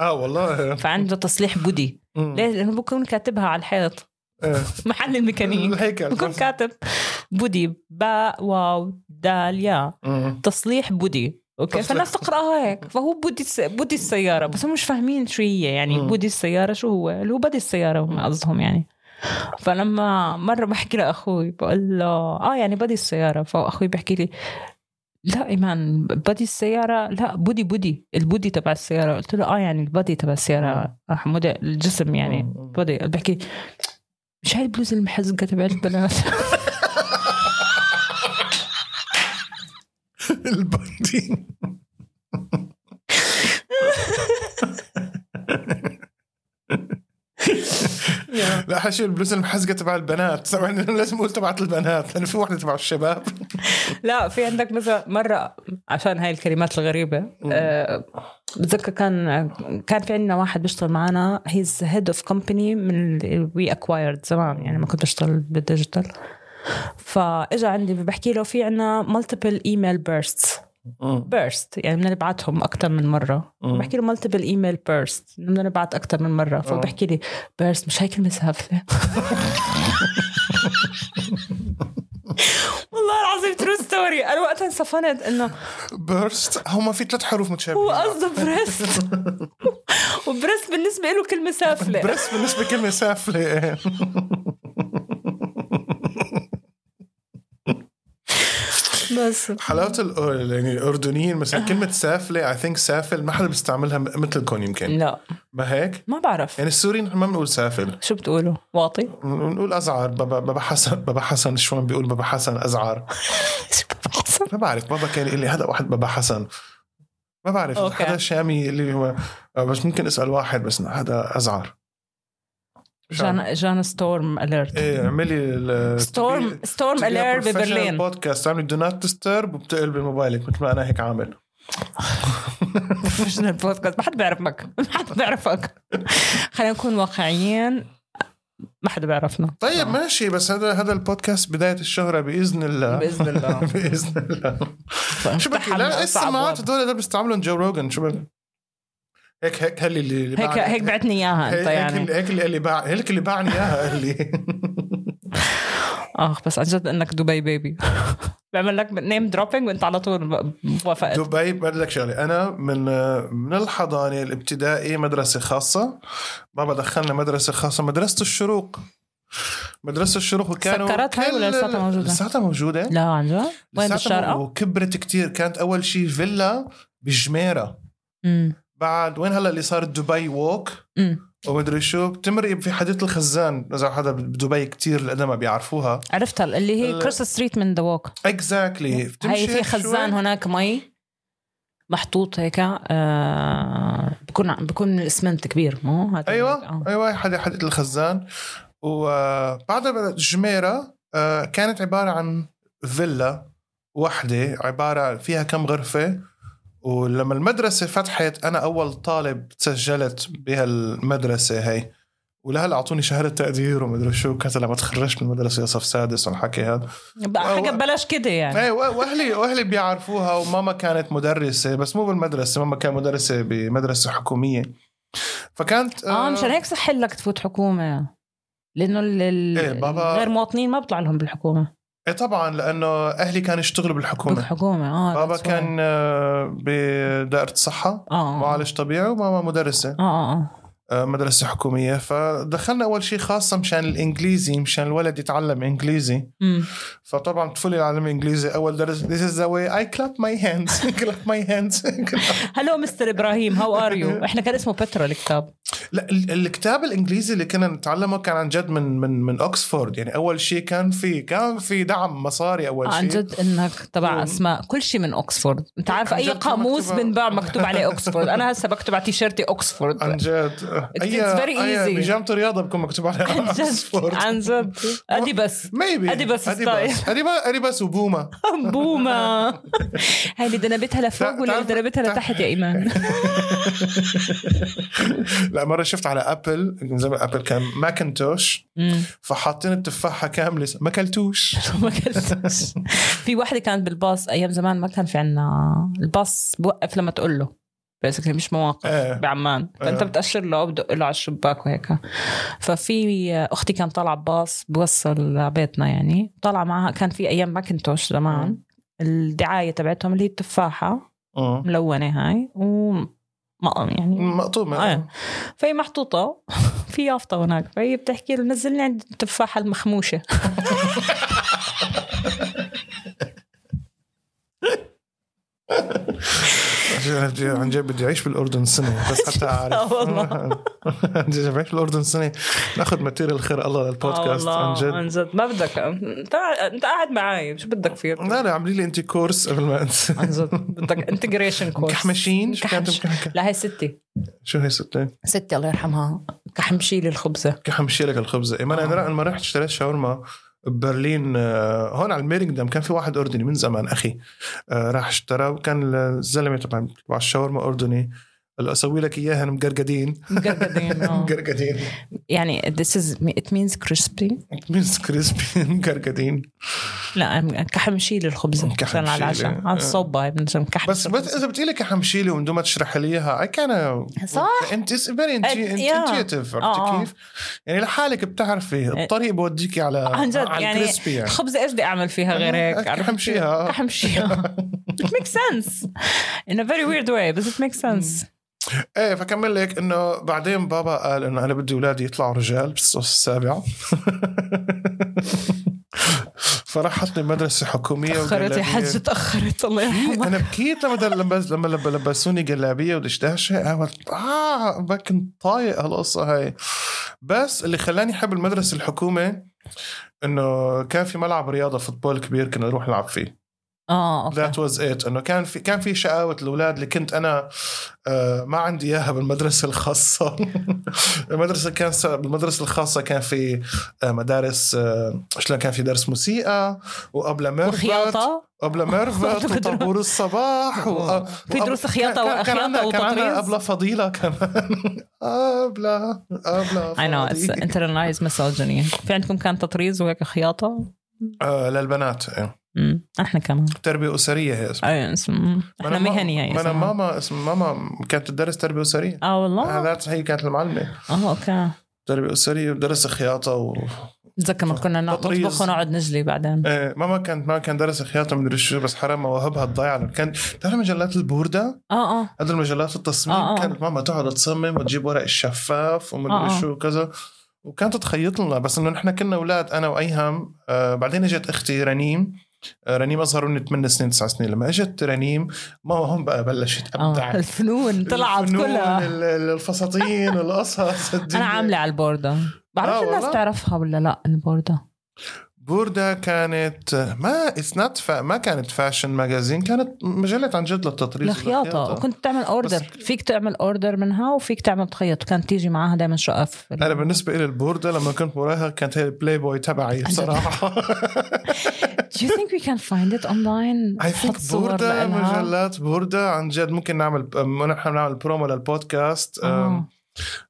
اه والله
فعنده تصليح بودي
مم.
ليه لانه بكون كاتبها على الحيط
إيه.
محل الميكانيك
الهيكل
بكون كاتب بودي باء واو دال ياء
مم.
تصليح بودي اوكي
تصليح.
فالناس تقراها هيك فهو بودي الس- بودي السياره بس هم مش فاهمين شو هي يعني
مم.
بودي السياره شو هو اللي هو بدي السياره هم قصدهم يعني فلما مره بحكي لاخوي بقول له اه يعني بدي السياره فاخوي بحكي لي لا ايمان بدي السياره لا بودي بودي البودي تبع السياره قلت له اه يعني البودي تبع السياره آه، حموده الجسم يعني
مم.
بودي قال بحكي مش هاي البلوزه المحزقه تبعت البنات
البندي لا حشي البلوزه المحزقه تبع البنات طبعا لازم اقول تبعت البنات لانه في واحده تبع الشباب
لا في عندك مثلا مرة عشان هاي الكلمات الغريبة آه، بتذكر كان كان في عندنا واحد بيشتغل معنا هيز هيد اوف كومباني من وي اكوايرد زمان يعني ما كنت بشتغل بالديجيتال فاجا عندي بحكي له في عندنا مالتيبل ايميل بيرست بيرست يعني بدنا نبعتهم اكثر من مره
مم.
بحكي له مالتيبل ايميل بيرست بدنا نبعت اكثر من مره فهو
آه.
بحكي لي بيرست مش هي كلمه هبله والله العظيم ترو ستوري انا وقتها انصفنت انه
بيرست هم في ثلاث حروف
هو
متشابهه
قصده بريست وبريست بالنسبه له كلمه سافله
بريست بالنسبه كلمه سافله
بس
حلاوه الأر- يعني الاردنيين مثلا كلمه سافله اي ثينك سافل ما حدا بيستعملها مثلكم يمكن
لا
ما هيك؟
ما بعرف
يعني السوري نحن ما بنقول سافل
شو بتقولوا واطي
بنقول ازعر بابا بابا حسن بابا حسن شلون بيقول بابا حسن ازعر
شو بتحسن؟
ما بعرف بابا كان يقول لي هذا واحد بابا حسن ما بعرف
أوكي.
حدا شامي اللي هو آه، بس ممكن اسال واحد بس هذا ازعر مش عارف.
جانا جانا ستورم اليرت
ايه اعملي ال-
ستورم
تبي-
ستورم
تبي
اليرت
professional
ببرلين
بودكاست عامل دو نوت ديسترب وبتقلب موبايلك مثل ما انا هيك عامل
بروفيشنال بودكاست ما حد بيعرفك ما حد بيعرفك خلينا نكون واقعيين ما حد بيعرفنا
طيب ماشي بس هذا هذا البودكاست بدايه الشهره باذن الله
باذن الله
باذن الله شو بك لا لسه ما عاد هدول ده بيستعملوا جو روجن شو بك هيك هيك هل اللي اللي
هيك
باعني-
هيك بعتني اياها
هيك
انت يعني
اللي- هيك اللي اللي باع هيك اللي باعني اياها قال لي
اخ آه، بس عن جد انك دبي بيبي بعمل لك نيم دروبينج وانت على طول ب- وافقت
دبي بدي لك شغله انا من من الحضانه الابتدائي مدرسه خاصه بابا دخلنا مدرسه خاصه مدرسه الشروق مدرسه الشروق وكانوا
سكرت هاي ولا
كل-
لساتها موجودة؟
لساتها موجوده
لا عن جد وين
لساتها
بالشارقه؟
وكبرت كتير كانت اول شيء فيلا بجميره
أمم،
بعد وين هلا اللي صار دبي ووك
أمم.
ومدري شو بتمرق في حديقه الخزان اذا حدا بدبي كتير لأنه ما بيعرفوها
عرفتها اللي هي
ال-
كروس ستريت من ذا ووك
اكزاكتلي exactly.
هي في
هيك
خزان
شوي.
هناك مي محطوط هيك آه بكون بكون الاسمنت كبير مو هذا هيك، آه.
ايوه ايوه حدا حديقه الخزان آه، وبعدها جميره آه، كانت عباره عن فيلا وحده عباره فيها كم غرفه ولما المدرسه فتحت انا اول طالب تسجلت بهالمدرسه هي ولهلا اعطوني شهاده تقدير ومدري شو كذا لما تخرجت من المدرسه صف سادس والحكي هذا
بقى حاجه
أو-
ببلاش كده يعني
ايه وأ- واهلي واهلي بيعرفوها وماما كانت مدرسه بس مو بالمدرسه ماما كانت مدرسه بمدرسه حكوميه فكانت
اه مشان هيك صح لك تفوت حكومه لانه ال- ال-
إيه، بابا-
غير مواطنين ما بيطلع لهم بالحكومه
ايه طبعا لانه اهلي كانوا يشتغلوا بالحكومه
بالحكومه اه
بابا
that's why.
كان آه، بدائره الصحه
اه اه
معالج طبيعي وماما مدرسه
اه اه
آه، مدرسه حكوميه فدخلنا اول شيء خاصه مشان الانجليزي مشان الولد يتعلم انجليزي
أمم.
فطبعا طفولي يعلم انجليزي اول درس this is the way I clap my hands clap my hands
هلو مستر ابراهيم هاو ار يو احنا كان اسمه بترا الكتاب
لا ال- الكتاب الانجليزي اللي كنا نتعلمه كان عن جد من من من اوكسفورد يعني اول شيء كان في كان في دعم مصاري اول شيء
عن جد انك تبع
أمم.
اسماء كل شيء من اوكسفورد انت عارف
عن
اي
جد كان
قاموس
مكتوبة-
بنباع مكتوب عليه اوكسفورد انا هسه بكتب على تيشيرتي اوكسفورد
عن جد
It's-
اي
it's طيب. very
اي
easy.
بيجامه رياضه بكون مكتوب عليها
عن جد عن جد ادي بس
ميبي
أديباس ستايل.
اديباس أديبا- اديباس وبوما
بومة هاي اللي دنبتها لفوق ولا اللي
تعرف-
دنبتها لتحت يا ايمان
لا مره شفت على ابل من زمان ابل كان ماكنتوش
أمم.
فحاطين التفاحه كامله ما اكلتوش
ما كلتش في وحده كانت بالباص ايام زمان ما كان في عنا الباص بوقف لما تقول له بيسكلي مش مواقف
إيه.
بعمان فانت
إيه.
بتاشر له بدق له على الشباك وهيك ففي اختي كانت طالعه باص بوصل لبيتنا يعني طالعه معها كان في ايام ماكنتوش زمان
إيه.
الدعايه تبعتهم اللي هي التفاحه
آه.
ملونه هاي ومقم يعني
مقطومة
آه. فهي محطوطة في يافطة هناك فهي بتحكي له نزلني عند التفاحة المخموشة
أنا بدي- عن جد بدي اعيش بالاردن سنه بس حتى اعرف
والله.
بدي اعيش بالاردن سنه ناخذ ماتيريال خير الله للبودكاست
آه
عن
والله،
جد
عن جد ما بدك انت انت قاعد معي شو بدك فيه
لا لا عملي لي انت كورس قبل ما انسى
عن جد بدك انتجريشن كورس
كحمشين شو كانت
كحمش-
مكحكة؟
لا هي ستي
شو هي ستة؟
ستي الله يرحمها كحمشيل الخبزة
كحمشي لك الخبزه إيه، ما انا
آه.
أنا لما رحت اشتريت شاورما ببرلين آه، هون على الميرينغدام كان في واحد اردني من زمان اخي آه، راح اشترى كان الزلمه طبعا تبع الشاورما اردني اللي اسوي لك اياها مقرقدين
مقرقدين آه.
مقرقدين
يعني this is it means crispy
مينس كريسبي مقرقدين
لا كحمشيل الخبزة عشان على العشاء
كحمشيلة،
على
آه.
الصوبة هي بنسميها كحمشيل
بس بس اذا بتقولي كحمشيلي ومن دون ما تشرح لي اياها اي كان
صح.
انت فيري
yeah.
انتيتيف
آه، آه.
عرفتي كيف؟ يعني لحالك بتعرفي الطريق بوديكي على
عن جد
على
يعني
الكريسبي يعني آه،
الخبزه ايش بدي اعمل فيها غير هيك
أكح- أحمشيها.
احمشيها it makes sense in a very weird way بس it makes sense
ايه فكمل لك انه بعدين بابا قال انه انا بدي اولادي يطلعوا رجال بالصف السابع فراح حطني بمدرسه حكوميه
تاخرت يا
وقلبية.
حجه تاخرت الله
إيه،
يرحمها
انا بكيت لما دل- لما لما لما لبسوني جلابيه ودشداشه قلت اه ما كنت طايق هالقصه هاي بس اللي خلاني احب المدرسه الحكومه انه كان في ملعب رياضه فوتبول كبير كنا نروح نلعب فيه
اه
ذات
اوكي
واز ات انه كان في كان في شقاوه الاولاد اللي كنت انا آه ما عندي اياها بالمدرسه الخاصه المدرسه كان س- بالمدرسه الخاصه كان في آه مدارس آه شلون كان في درس موسيقى وقبل ميرفت
وخياطه
قبل ميرفت وطابور الصباح و... آه،
في دروس خياطة
كان- كان
وخياطة
عنا- كان
وتطريز.
عنا قبل فضيلة كمان قبل قبل
I know it's
فضيلة.
internalized misogyny في عندكم كان تطريز وهيك خياطة
آه للبنات إيه.
امم احنا كمان
تربية أسرية هي اسمها
أي اسم احنا
ما-
مهني هي
ما أنا
اسمها.
ماما اسم ماما كانت تدرس تربية أسرية
اه والله
هذا هي كانت المعلمة
اه اوكي
تربية أسرية ودرس خياطة و...
بتذكر ما كنا نقعد
تطريز.
نطبخ ونقعد نجلي بعدين
إيه ماما كانت ماما كان درس خياطة مدري شو بس حرام مواهبها تضيع على- كان تعرف مجلات البوردة
اه اه
هذا المجلات التصميم
آه،
آه
آه.
كانت ماما تقعد تصمم وتجيب ورق الشفاف ومدري
آه، آه.
آه شو وكذا وكانت تخيط لنا بس انه نحن كنا اولاد انا وايهم آه بعدين اجت اختي رنيم آه رنيم اصغر مني 8 سنين 9 سنين لما اجت رنيم ماما هون بقى بلشت
آه،
ابدع
الفنون طلعت
الفنون،
كلها
ال- ال- الفساتين القصص
انا
الدنيا.
عامله على البوردة بعرف
آه،
الناس
والله.
تعرفها ولا لا البوردة
بوردا كانت ما اتس نوت ما كانت فاشن ماجازين كانت مجله عن جد للتطريز
الخياطة
والخياطة.
وكنت تعمل اوردر فيك تعمل اوردر منها وفيك تعمل تخيط كانت تيجي معاها دائما شقف
انا بالنسبه لي البورده لما كنت وراها كانت هي البلاي بوي تبعي بصراحه
Do you think we can find it online؟
اي
نحط
ثينك
صور
بوردا
لإلها؟
مجلات بوردا عن جد ممكن نعمل نحن بنعمل برومو للبودكاست
آه.
أم،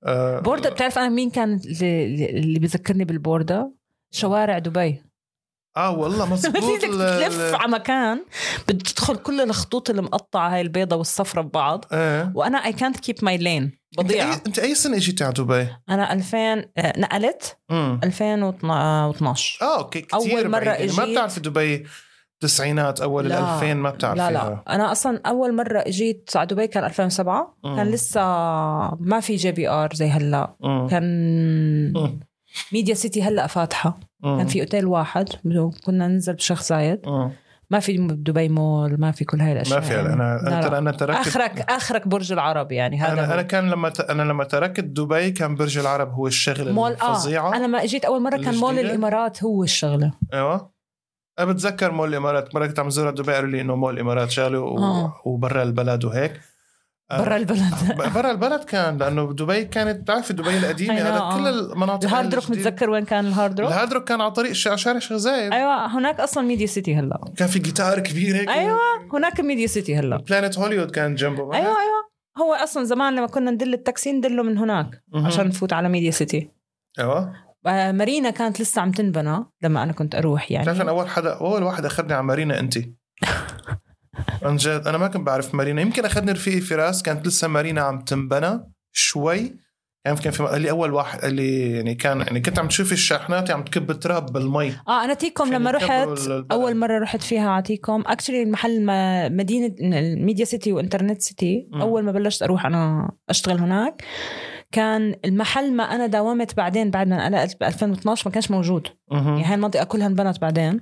آه،
بوردة بتعرف انا مين كان اللي, اللي بذكرني بالبوردة؟ شوارع دبي
اه والله مزبوط
بدك تلف على مكان بتدخل كل الخطوط المقطعة هاي البيضة والصفرة ببعض
ايه
وانا اي كانت كيب ماي لين
انت
بضيع
أي- انت اي سنه اجيتي على دبي؟
انا 2000 آه، نقلت آه،
أمم.
2012
اه اوكي كثير
أول مرة
بعيد. يعني ما
إجيت-
بتعرفي دبي تسعينات اول ال
لا.
2000 ما
لا
بتعرفيها
لا انا اصلا اول مره اجيت على دبي كان 2007
مم.
كان لسه ما في جي بي ار زي هلا
أمم.
كان
أمم.
ميديا سيتي هلا فاتحه
أمم.
كان في اوتيل واحد كنا ننزل بشيخ زايد
أمم.
ما في بدبي مول ما في كل هاي
ما
الاشياء
في
يعني.
انا
لا،
أنا-
لا.
ترى انا تركت
اخرك اخرك برج العرب يعني هذا
انا انا
هو.
كان لما ت... انا لما تركت دبي كان برج العرب هو الشغل
مول
الفظيعه
اه انا ما اجيت اول مره كان مول
الجديدة؟
الامارات هو الشغله
ايوه انا بتذكر مول الامارات مره كنت عم زورها دبي قالوا لي انه مول الامارات شغله و...
آه.
وبرا البلد وهيك آه.
برا البلد
ب- برا البلد كان لانه دبي كانت تعرفي دبي القديمه
I know،
هذا
آه.
كل المناطق
الهارد روك
الجديدة.
متذكر وين كان الهارد روك؟
الهارد روك كان على طريق ش- شارع شيخ زايد
ايوه هناك اصلا ميديا سيتي هلا
كان في جيتار كبير هيك
ايوه هناك ميديا سيتي هلا
بلانت هوليوود كان جنبه ما
ايوه ايوه هو اصلا زمان لما كنا ندل التاكسي ندله من هناك
مهم.
عشان نفوت على ميديا سيتي
ايوه
آه، مارينا كانت لسه عم تنبنى لما انا كنت اروح يعني
بتعرفي انا اول حدا اول واحد اخذني على مارينا انت عن جد انا ما كنت بعرف مارينا يمكن اخذني رفيقي فراس كانت لسه مارينا عم تنبنى شوي كان كان في قال لي اول واحد قال لي يعني كان يعني كنت عم تشوفي الشاحنات عم تكب التراب بالمي
اه انا تيكم لما
عشان يكبروا
رحت
البلد.
اول مره رحت فيها على تيكم اكشلي المحل ما مدينه الميديا سيتي وانترنت سيتي
مم.
اول ما بلشت اروح انا اشتغل هناك كان المحل ما انا داومت بعدين بعد ما انقلقت ب 2012 ما كانش موجود يعني
إيه.
هاي المنطقه كلها انبنت بعدين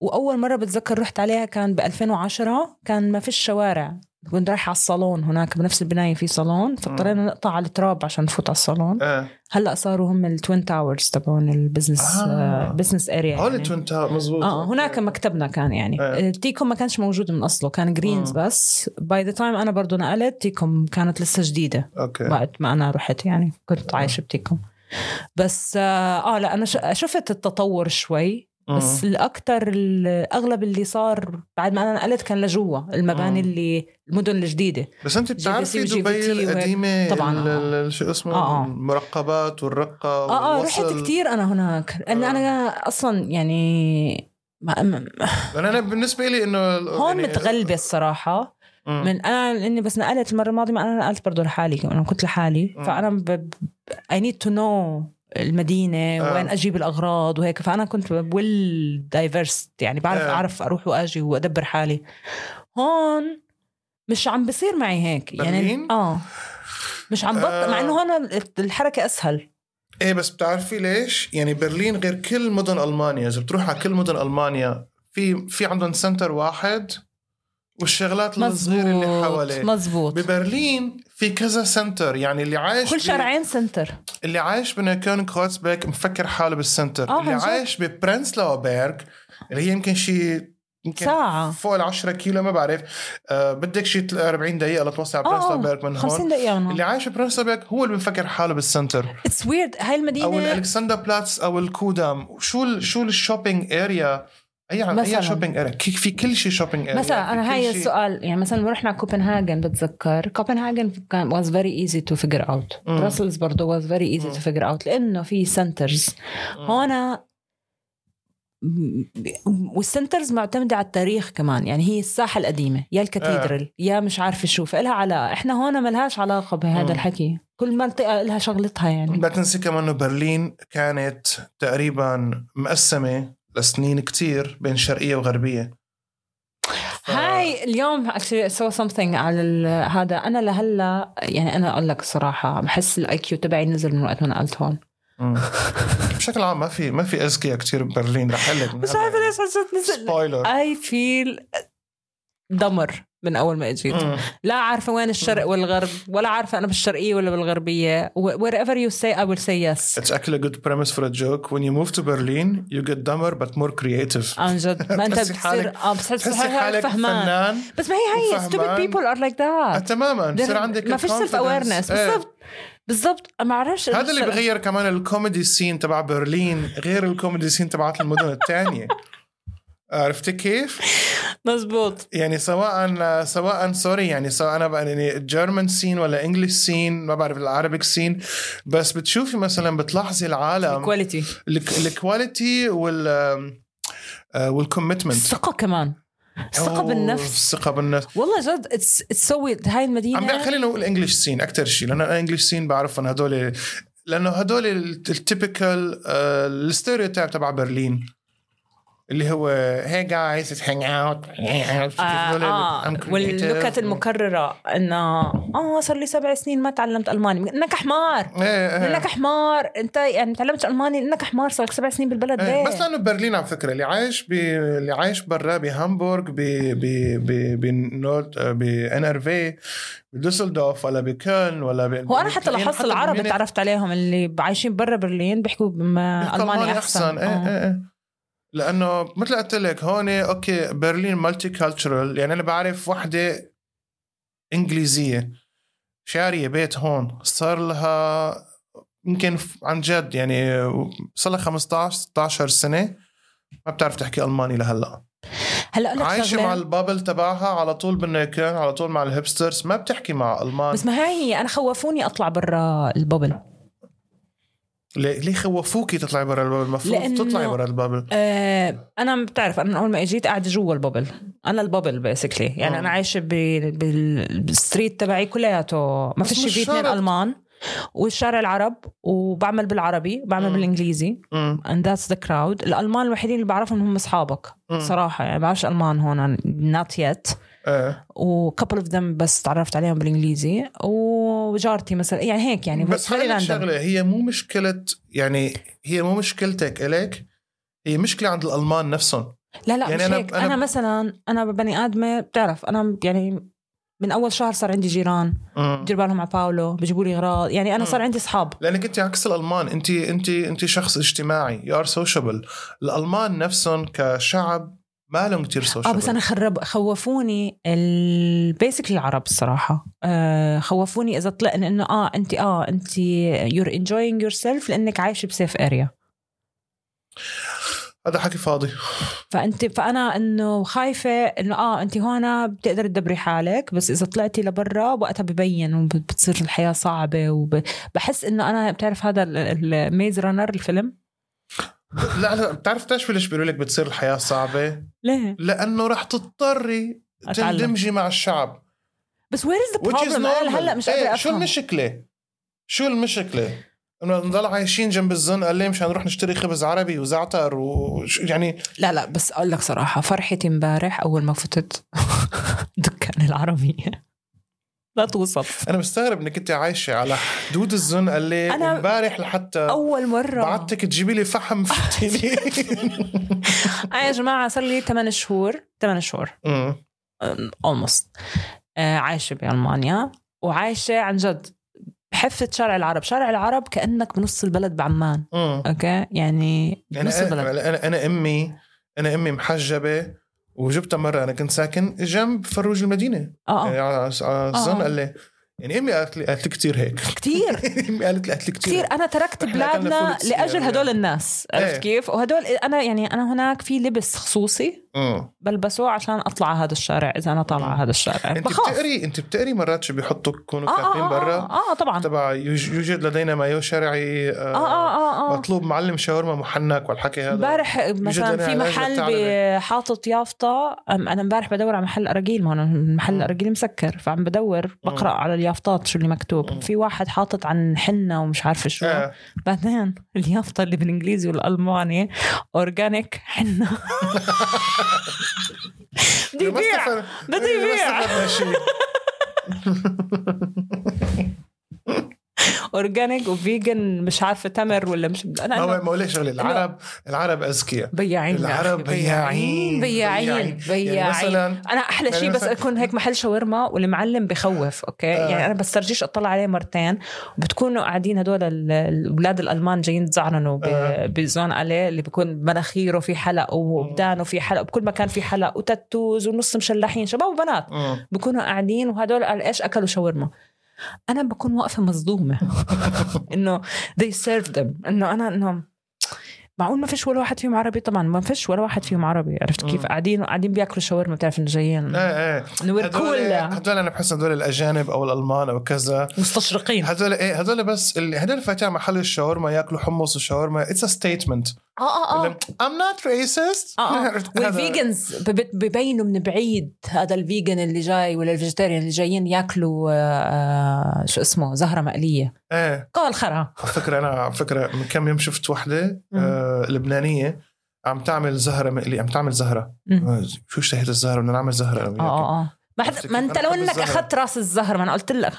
واول مره بتذكر رحت عليها كان ب 2010 كان ما فيش شوارع كنت رايحه على الصالون هناك بنفس البنايه في صالون فاضطرينا نقطع على التراب عشان نفوت على الصالون
ايه
هلا صاروا هم التوين تاورز تبعون البزنس
آه.
آه. بزنس اريا
هول التوين تاور مزبوط
اه هناك مكتبنا كان يعني
آه.
آه. تيكم ما كانش موجود من اصله كان جرينز
آه.
بس باي ذا تايم انا برضو نقلت تيكم كانت لسه جديده
اوكي
وقت ما انا رحت يعني كنت
آه.
عايشه بتيكم بس اه آه، لا انا ش- شفت التطور شوي
آه.
بس الاكثر الاغلب اللي صار بعد ما انا نقلت كان لجوا المباني
مم.
اللي المدن الجديده
بس
جي
انت
بي سي
بتعرفي
وجي بي
دبي
تي وهيك.
القديمه
طبعاً،
ال- ال- ال- شو اسمه
آه، آه.
المرقبات والرقه
اه اه
والوصل.
رحت كتير انا هناك لان
آه.
انا اصلا يعني ما- ما-
انا أنا بالنسبه لي انه ال-
هون
يعني-
متغلبه الصراحه
مم.
من انا لاني بس نقلت المره الماضيه ما انا نقلت برضه لحالي كمان، انا كنت لحالي
مم.
فانا اي نيد تو نو المدينه
آه.
وين اجيب الاغراض وهيك فانا كنت ويل دايفرست يعني بعرف
آه.
اعرف اروح واجي وادبر حالي هون مش عم بصير معي هيك يعني
برلين؟
اه مش عم بط
آه.
مع انه هون الحركه اسهل
ايه بس بتعرفي ليش؟ يعني برلين غير كل مدن المانيا، اذا بتروح على كل مدن المانيا في في عندهم سنتر واحد والشغلات الصغيره اللي حواليه
مزبوط
ببرلين في كذا سنتر يعني اللي عايش
كل
ب-
شارعين سنتر
اللي عايش بنكون كروتسبيك مفكر حاله بالسنتر
آه،
اللي
عن جد.
عايش ببرنسلاو بيرغ اللي هي يمكن شيء يمكن
ساعة.
فوق ال 10 كيلو ما بعرف آه بدك شيء 40 دقيقه لتوصل على برنسلاو بيرغ من هون
50 آه، دقيقة من هون
اللي عايش ببرنسلاو بيرغ هو اللي مفكر حاله بالسنتر
اتس ويرد هاي
او
المدينة
الالكسندر بلاتس او الكودام شو ال شو الشوبينج اريا اي عن
مثلاً.
اي شوبينج اريا كي- في كل شيء شوبينج اريا
مثلا
في كل
انا هاي
شي.
السؤال يعني مثلا لما رحنا على كوبنهاجن بتذكر كوبنهاجن كان واز فيري ايزي تو فيجر اوت
مم.
براسلز برضه واز فيري ايزي
مم.
تو فيجر اوت لانه في سنترز
مم.
هون والسنترز معتمدة على التاريخ كمان يعني هي الساحة القديمة يا الكاتدرال
آه.
يا مش عارفة شو فإلها علاقة إحنا هون ملهاش علاقة
مم.
بهذا الحكي كل منطقة لها شغلتها يعني
لا تنسي كمان انه برلين كانت تقريبا مقسمه لسنين كتير بين شرقيه وغربيه ف-
هاي اليوم actually I saw something على ال- هذا انا لهلا يعني انا اقول لك الصراحه بحس الاي كيو تبعي نزل من وقت ما نقلت هون
مم. بشكل عام ما في ما في اذكياء كتير ببرلين رح اقول لك
مش عارفه ليش عن جد نزل
سبويلر
اي فيل دمر من اول ما اجيت لا عارفه وين الشرق والغرب ولا عارفه انا بالشرقيه ولا بالغربيه وير ايفر يو سي اي ويل سي يس
It's actually a good premise for a joke. When you move to Berlin, you get dumber but more creative.
عن جد ما انت
بتحسي حالك-
بتصير اه بتصير
تحسي
حالك
حالك
فهمان
فنان
بس ما هي هي ستوبد
وفهمان.
بيبول ار لايك
آه،
ذات
تماما بصير عندك
ما فيش
ال
سيلف
confidence.
اويرنس
إيه.
بالضبط بالضبط ما بعرفش
هذا اللي بغير كمان الكوميدي سين تبع برلين غير الكوميدي سين تبعت المدن الثانيه عرفتي كيف؟
مزبوط
يعني سواء سواء سوري يعني سواء انا بقى يعني جيرمان سين ولا انجلش سين ما بعرف العربيك سين بس بتشوفي مثلا بتلاحظي العالم
كواليتي
الك- الكواليتي وال آه، والكوميتمنت
الثقه كمان الثقه
أوه،
بالنفس
الثقه بالنفس
والله جد اتس اتس سو هاي المدينه
عم بقى خلينا نقول انجلش سين اكثر شيء لانه انا انجلش سين بعرفهم هدول لانه هدول التيبيكال الستيريوتايب آه، تبع برلين اللي هو هي جايز هانج اوت
آه آه واللوكات المكررة انه اه صار لي سبع سنين ما تعلمت الماني انك حمار
إيه،
انك حمار انت يعني ما تعلمتش الماني انك حمار صار لك سبع سنين بالبلد
إيه،
ليه؟
بس لانه برلين على فكره اللي عايش ب... اللي عايش برا بهامبورغ ب ب ب بنورد بان ار في بدوسلدورف ولا بكولن ولا ب...
هو انا حتى
يعني
لاحظت العرب اللي تعرفت عليهم اللي عايشين برا برلين بيحكوا بما- الماني احسن
ايه
آه.
ايه ايه لانه مثل قلت لك هون اوكي برلين مالتي كالتشرال يعني انا بعرف وحده انجليزيه شاريه بيت هون صار لها يمكن ف- عن جد يعني صار لها 15 16 سنه ما بتعرف تحكي الماني لهلا
هلا أقول لك
عايشه
شغلة.
مع البابل تبعها على طول بالنيكون على طول مع الهيبسترز ما بتحكي مع المان
بس ما هاي هي انا خوفوني اطلع برا الببل
ليه ليه خوفوكي تطلعي برا البابل المفروض
لأنه-
تطلعي برا البابل
آه انا بتعرف انا اول ما اجيت قاعده جوا الببل انا البابل بيسكلي يعني
آه.
انا عايشه بال- بال- بالستريت تبعي كلياته ما
بس
فيش
مش
في اثنين
شرط.
المان والشارع العرب وبعمل بالعربي بعمل
مم.
بالانجليزي
مم.
and that's the crowd الالمان الوحيدين اللي بعرفهم هم اصحابك
مم.
صراحه يعني بعرفش المان هون not yet
ايه
وكابل اوف ذم بس تعرفت عليهم بالانجليزي وجارتي مثلا يعني هيك يعني
بس
very
هاي
random.
الشغله هي مو مشكله يعني هي مو مشكلتك الك هي مشكله عند الالمان نفسهم
لا لا
يعني
يعني مش
أنا-
هيك
أنا-
أنا, أنا مثلا أنا بني آدمة بتعرف أنا يعني من أول شهر صار عندي جيران
مم.
بدير بالهم على باولو بجيبوا لي أغراض يعني أنا صار عندي أصحاب
لانك انت عكس الالمان انت انت انت شخص اجتماعي يو ار سوشيبل الالمان نفسهم كشعب ما لهم كثير
اه
سوشيبل
بس انا خرب خوفوني البيسك العرب الصراحه آه خوفوني اذا طلعنا انه اه انت اه انت يور انجوينج يور سيلف لانك عايشه بسيف اريا
هذا حكي فاضي
فانت فانا انه خايفه انه اه انت هون بتقدر تدبري حالك بس اذا طلعتي لبرا وقتها ببين وبتصير الحياه صعبه وبحس انه انا بتعرف هذا الميز رانر الفيلم
لا لا بتعرف ليش ليش بيقولوا لك بتصير الحياه صعبه
ليه
لانه رح تضطري
أتعلم.
تندمجي مع الشعب
بس وير از ذا
which is
بروبلم
normal.
هلا مش قادره
إيه،
افهم
شو المشكله شو المشكله انه نضل عايشين جنب الزن قال لي مشان نروح نشتري خبز عربي وزعتر و يعني
لا لا بس اقول لك صراحه فرحتي امبارح اول ما فتت دكان العربيه لا توصف
انا مستغرب انك انت عايشه على حدود الزن قال لي
أنا-
امبارح لحتى
اول مره
بعتك تجيبي لي فحم فتيلي
آه يا جماعه صار لي 8 شهور 8 شهور
أمم.
اولموست عايشه بالمانيا وعايشه عن جد بحفه شارع العرب شارع العرب كانك بنص البلد بعمان
أمم.
اوكي يعني
يعني
بنص البلد
أنا, انا انا امي انا امي محجبه وجبتها مره انا كنت ساكن جنب فروج المدينه
اه
يعني
آه.
على على الزن
آه.
قال لي يعني امي قالت لي قالت لي كثير هيك
كتير
امي قالت لي قالت لي كثير
كثير انا تركت
إحنا
بلادنا
أكلنا فول
لاجل
كتير.
هدول الناس
إيه.
عرفت كيف وهدول انا يعني انا هناك في لبس خصوصي
مم.
بلبسه عشان اطلع على هذا الشارع اذا انا طالعه على هذا الشارع
انت
بخاف
بتقري انت بتقري مرات شو بيحطوا
آه,
كونوا
آه,
كاتبين
آه,
برا
اه اه طبعا
تبع يوج- يوجد لدينا مايو شرعي آه،
اه اه اه اه
مطلوب معلم شاورما محنك والحكي هذا
امبارح
لنا
مثلا في
علاج
محل
للثعلبة.
ب- حاطط يافطه أم- انا امبارح بدور على محل اراجيل ما هو محل
مم.
اراجيل مسكر فعم بدور بقرا على اليافطات شو اللي
مم.
مكتوب في واحد حاطط عن حنه ومش عارفه شو
آه.
بعدين اليافطه اللي بالانجليزي والالماني اورجانيك حنه بدي
ما
بيع
استفدنا-
بدي
ما
بيع.
استفدنا شيء.
اورجانيك وفيجن مش عارفه تمر ولا مش انا
ما هو ما هو ليش شغله العرب العرب اذكياء
بياعين يا أخي،
العرب بياعين
بياعين
يعني
بياعين
مثلا
انا احلى
يعني
شيء بس
مثلاً-
اكون هيك محل شاورما والمعلم بخوف اوكي
آه.
آه. يعني انا بسترجيش اطلع عليه مرتين بتكونوا قاعدين هدول ال- الاولاد الالمان جايين يتزعرنوا ب-
آه.
بزون عليه اللي بيكون مناخيره في حلق وبدانه في حلق بكل مكان في حلق وتاتوز ونص مشلحين شباب وبنات
مم.
بكونوا قاعدين وهدول قال ايش اكلوا شاورما انا بكون واقفه مصدومه انه they served them انه انا انه معقول ما فيش ولا واحد فيهم عربي طبعا ما فيش ولا واحد فيهم عربي عرفت كيف
مم.
قاعدين قاعدين بياكلوا شاورما بتعرف انه جايين
ايه ايه
انه we're
هدول
cool
هدول انا بحس هدول الاجانب او الالمان او كذا
مستشرقين
هدول ايه هدول بس اللي هدول فاتحين محل الشاورما ياكلوا حمص وشاورما اتس ا ستيتمنت
اه اه اه
ام نوت ريسست
اه اه والفيجنز بب- ببينوا من بعيد هذا الفيجن اللي جاي ولا الفيجيتيريان اللي جايين ياكلوا آه، آه، شو اسمه زهره مقليه
ايه
قال خرا
على فكره انا على فكره من كم يوم شفت وحده
مم.
آه لبنانيه عم تعمل زهره مقلي عم تعمل زهره
مم.
آه، شو اشتهيت الزهره بدنا نعمل زهره أنا وياك.
اه اه اه ما,
عرفت
حد...
كيف؟
ما انت
أنا
لو
بحب
انك
الزهرة.
اخذت راس الزهر ما انا قلت لك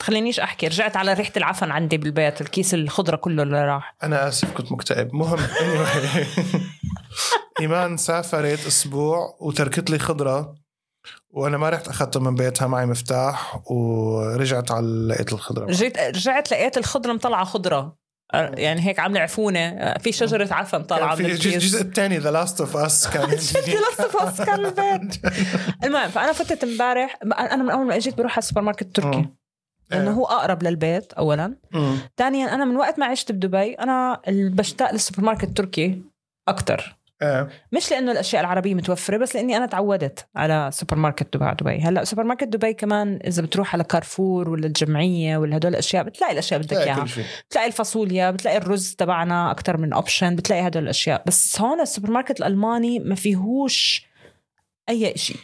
تخلينيش احكي رجعت على ريحه العفن عندي بالبيت الكيس الخضره كله اللي راح
انا اسف كنت مكتئب مهم anyway. ايمان سافرت اسبوع وتركت لي خضره وانا ما رحت اخذتها من بيتها معي مفتاح ورجعت على لقيت الخضره
رجعت رجعت لقيت الخضره مطلعه خضره يعني هيك عامله عفونه في شجره عفن طالعه
آه.
من
كان في الجزء
الكيس
الجزء الثاني ذا لاست اوف اس كان
لصفص كان البيت المهم فانا فتت امبارح انا من اول ما اجيت بروح على السوبر ماركت التركي
مم. آه.
لانه هو اقرب للبيت اولا
مم.
ثانيا انا من وقت ما عشت بدبي انا ال- بشتاق للسوبر ماركت التركي اكثر
ايه
مش لانه الاشياء العربيه متوفره بس لاني انا تعودت على سوبر ماركت دبي دبي هلا سوبر ماركت دبي كمان اذا بتروح على كارفور ولا الجمعيه ولا هدول الاشياء بتلاقي الاشياء بدك
بتلاقي
اياها
كل شيء
بتلاقي الفاصوليا بتلاقي الرز تبعنا اكثر من اوبشن بتلاقي هدول الاشياء بس هون السوبر ماركت الالماني ما فيهوش اي شيء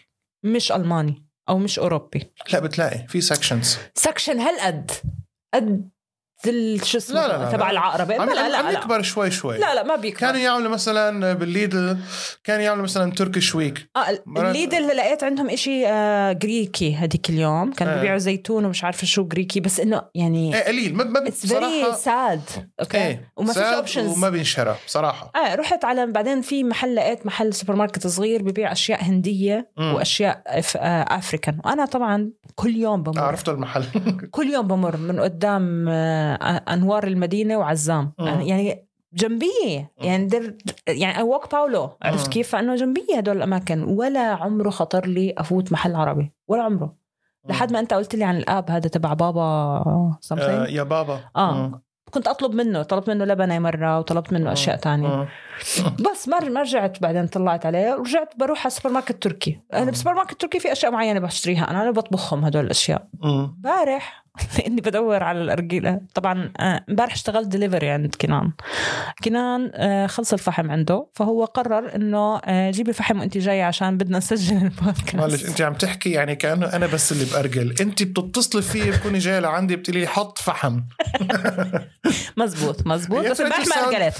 مش الماني او مش اوروبي
لا بتلاقي في سكشنز
سكشن هالقد قد ال- شو اسمه
لا لا لا
تبع
لا.
العقرب
عم
لا لا
عم
لا لا,
يكبر شوي شوي
لا لا ما بيكبر
كانوا يعملوا مثلا بالليدل كانوا يعملوا مثلا تركي ويك
اه ال-
مرات-
الليدل اللي لقيت عندهم إشي آه جريكي هذيك اليوم كانوا
آه.
بيبيعوا زيتون ومش عارفه شو جريكي بس انه يعني
ايه قليل ما ما
اتس فيري
بصراحه
ساد اوكي
ايه
وما فيش
sad
اوبشنز
وما بينشرى بصراحه
اه رحت على بعدين في محل لقيت محل سوبر ماركت صغير ببيع اشياء هنديه
مم.
واشياء أف- آه، افريكان وانا طبعا كل يوم بمر
عرفت المحل
كل يوم بمر من قدام آه، انوار المدينه وعزام
مم.
يعني جنبي يعني در يعني أي walk باولو عرفت
مم.
كيف فانه جنبي هدول الاماكن ولا عمره خطر لي افوت محل عربي ولا عمره لحد ما انت قلت لي عن الاب هذا تبع بابا
آه،
something
يا بابا
آه.
مم.
كنت اطلب منه طلبت منه لبنه مره وطلبت منه اشياء تانية
مم.
بس ما ما رجعت بعدين طلعت عليه ورجعت بروح على السوبر ماركت تركي انا بالسوبر ماركت تركي في اشياء معينه بشتريها انا انا بطبخهم هدول الاشياء
مم.
امبارح اني بدور على الارجيله طبعا آه، امبارح اشتغلت دليفري عند كنان كنان آه، خلص الفحم عنده فهو قرر انه آه، جيبي فحم وانت جايه عشان بدنا نسجل
معلش
البودكاست
انت عم تحكي يعني كانه انا بس اللي بارجل انت بتتصلي فيي بتكوني جايه لعندي بتقولي لي حط فحم
مزبوط مزبوط
يا
بس
ترى
امبارح ما
تساوي-
ارجلت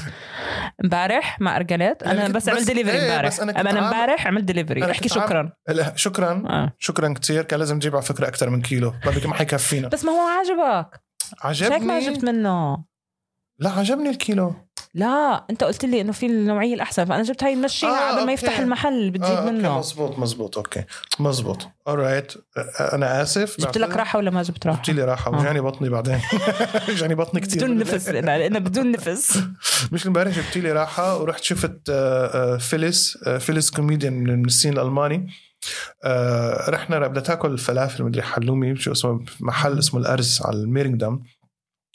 امبارح ما ارجلت
لأنك
انا
كنت
بس عملت
بس-
دليفري
إيه،
امبارح
بس أنا كنت
انا
عامل-
امبارح عملت دليفري
أنا
احكي
كنت عامل-
شكرا
لا شكرا
آه.
شكرا كثير كان لازم تجيب على فكره اكثر من كيلو ما بك- ما حيكفينا
بس ما هو عجبك شايف ما
عجبني
جبت منه
لا عجبني الكيلو
لا انت قلت لي انه في النوعيه الاحسن فانا جبت هاي نمشيها
آه،
قبل
أوكي.
ما يفتح المحل بتجيب
آه، أوكي،
منه
مزبوط مزبوط اوكي مزبوط اورايت انا اسف
جبت لك
بعتذر.
راحه ولا ما جبت راحه
جبت لي راحه
آه.
وجعني بطني بعدين وجعني بطني كثير
بدون نفس لأنها- لانها بدون نفس
مش امبارح جبت لي راحه ورحت شفت آه، آه، فيليس آه، فيليس كوميديان من من الصين الالماني آه، رحنا بدها تاكل فلافل مدري حلومي شو اسمه محل اسمه الارز على الميرنجدام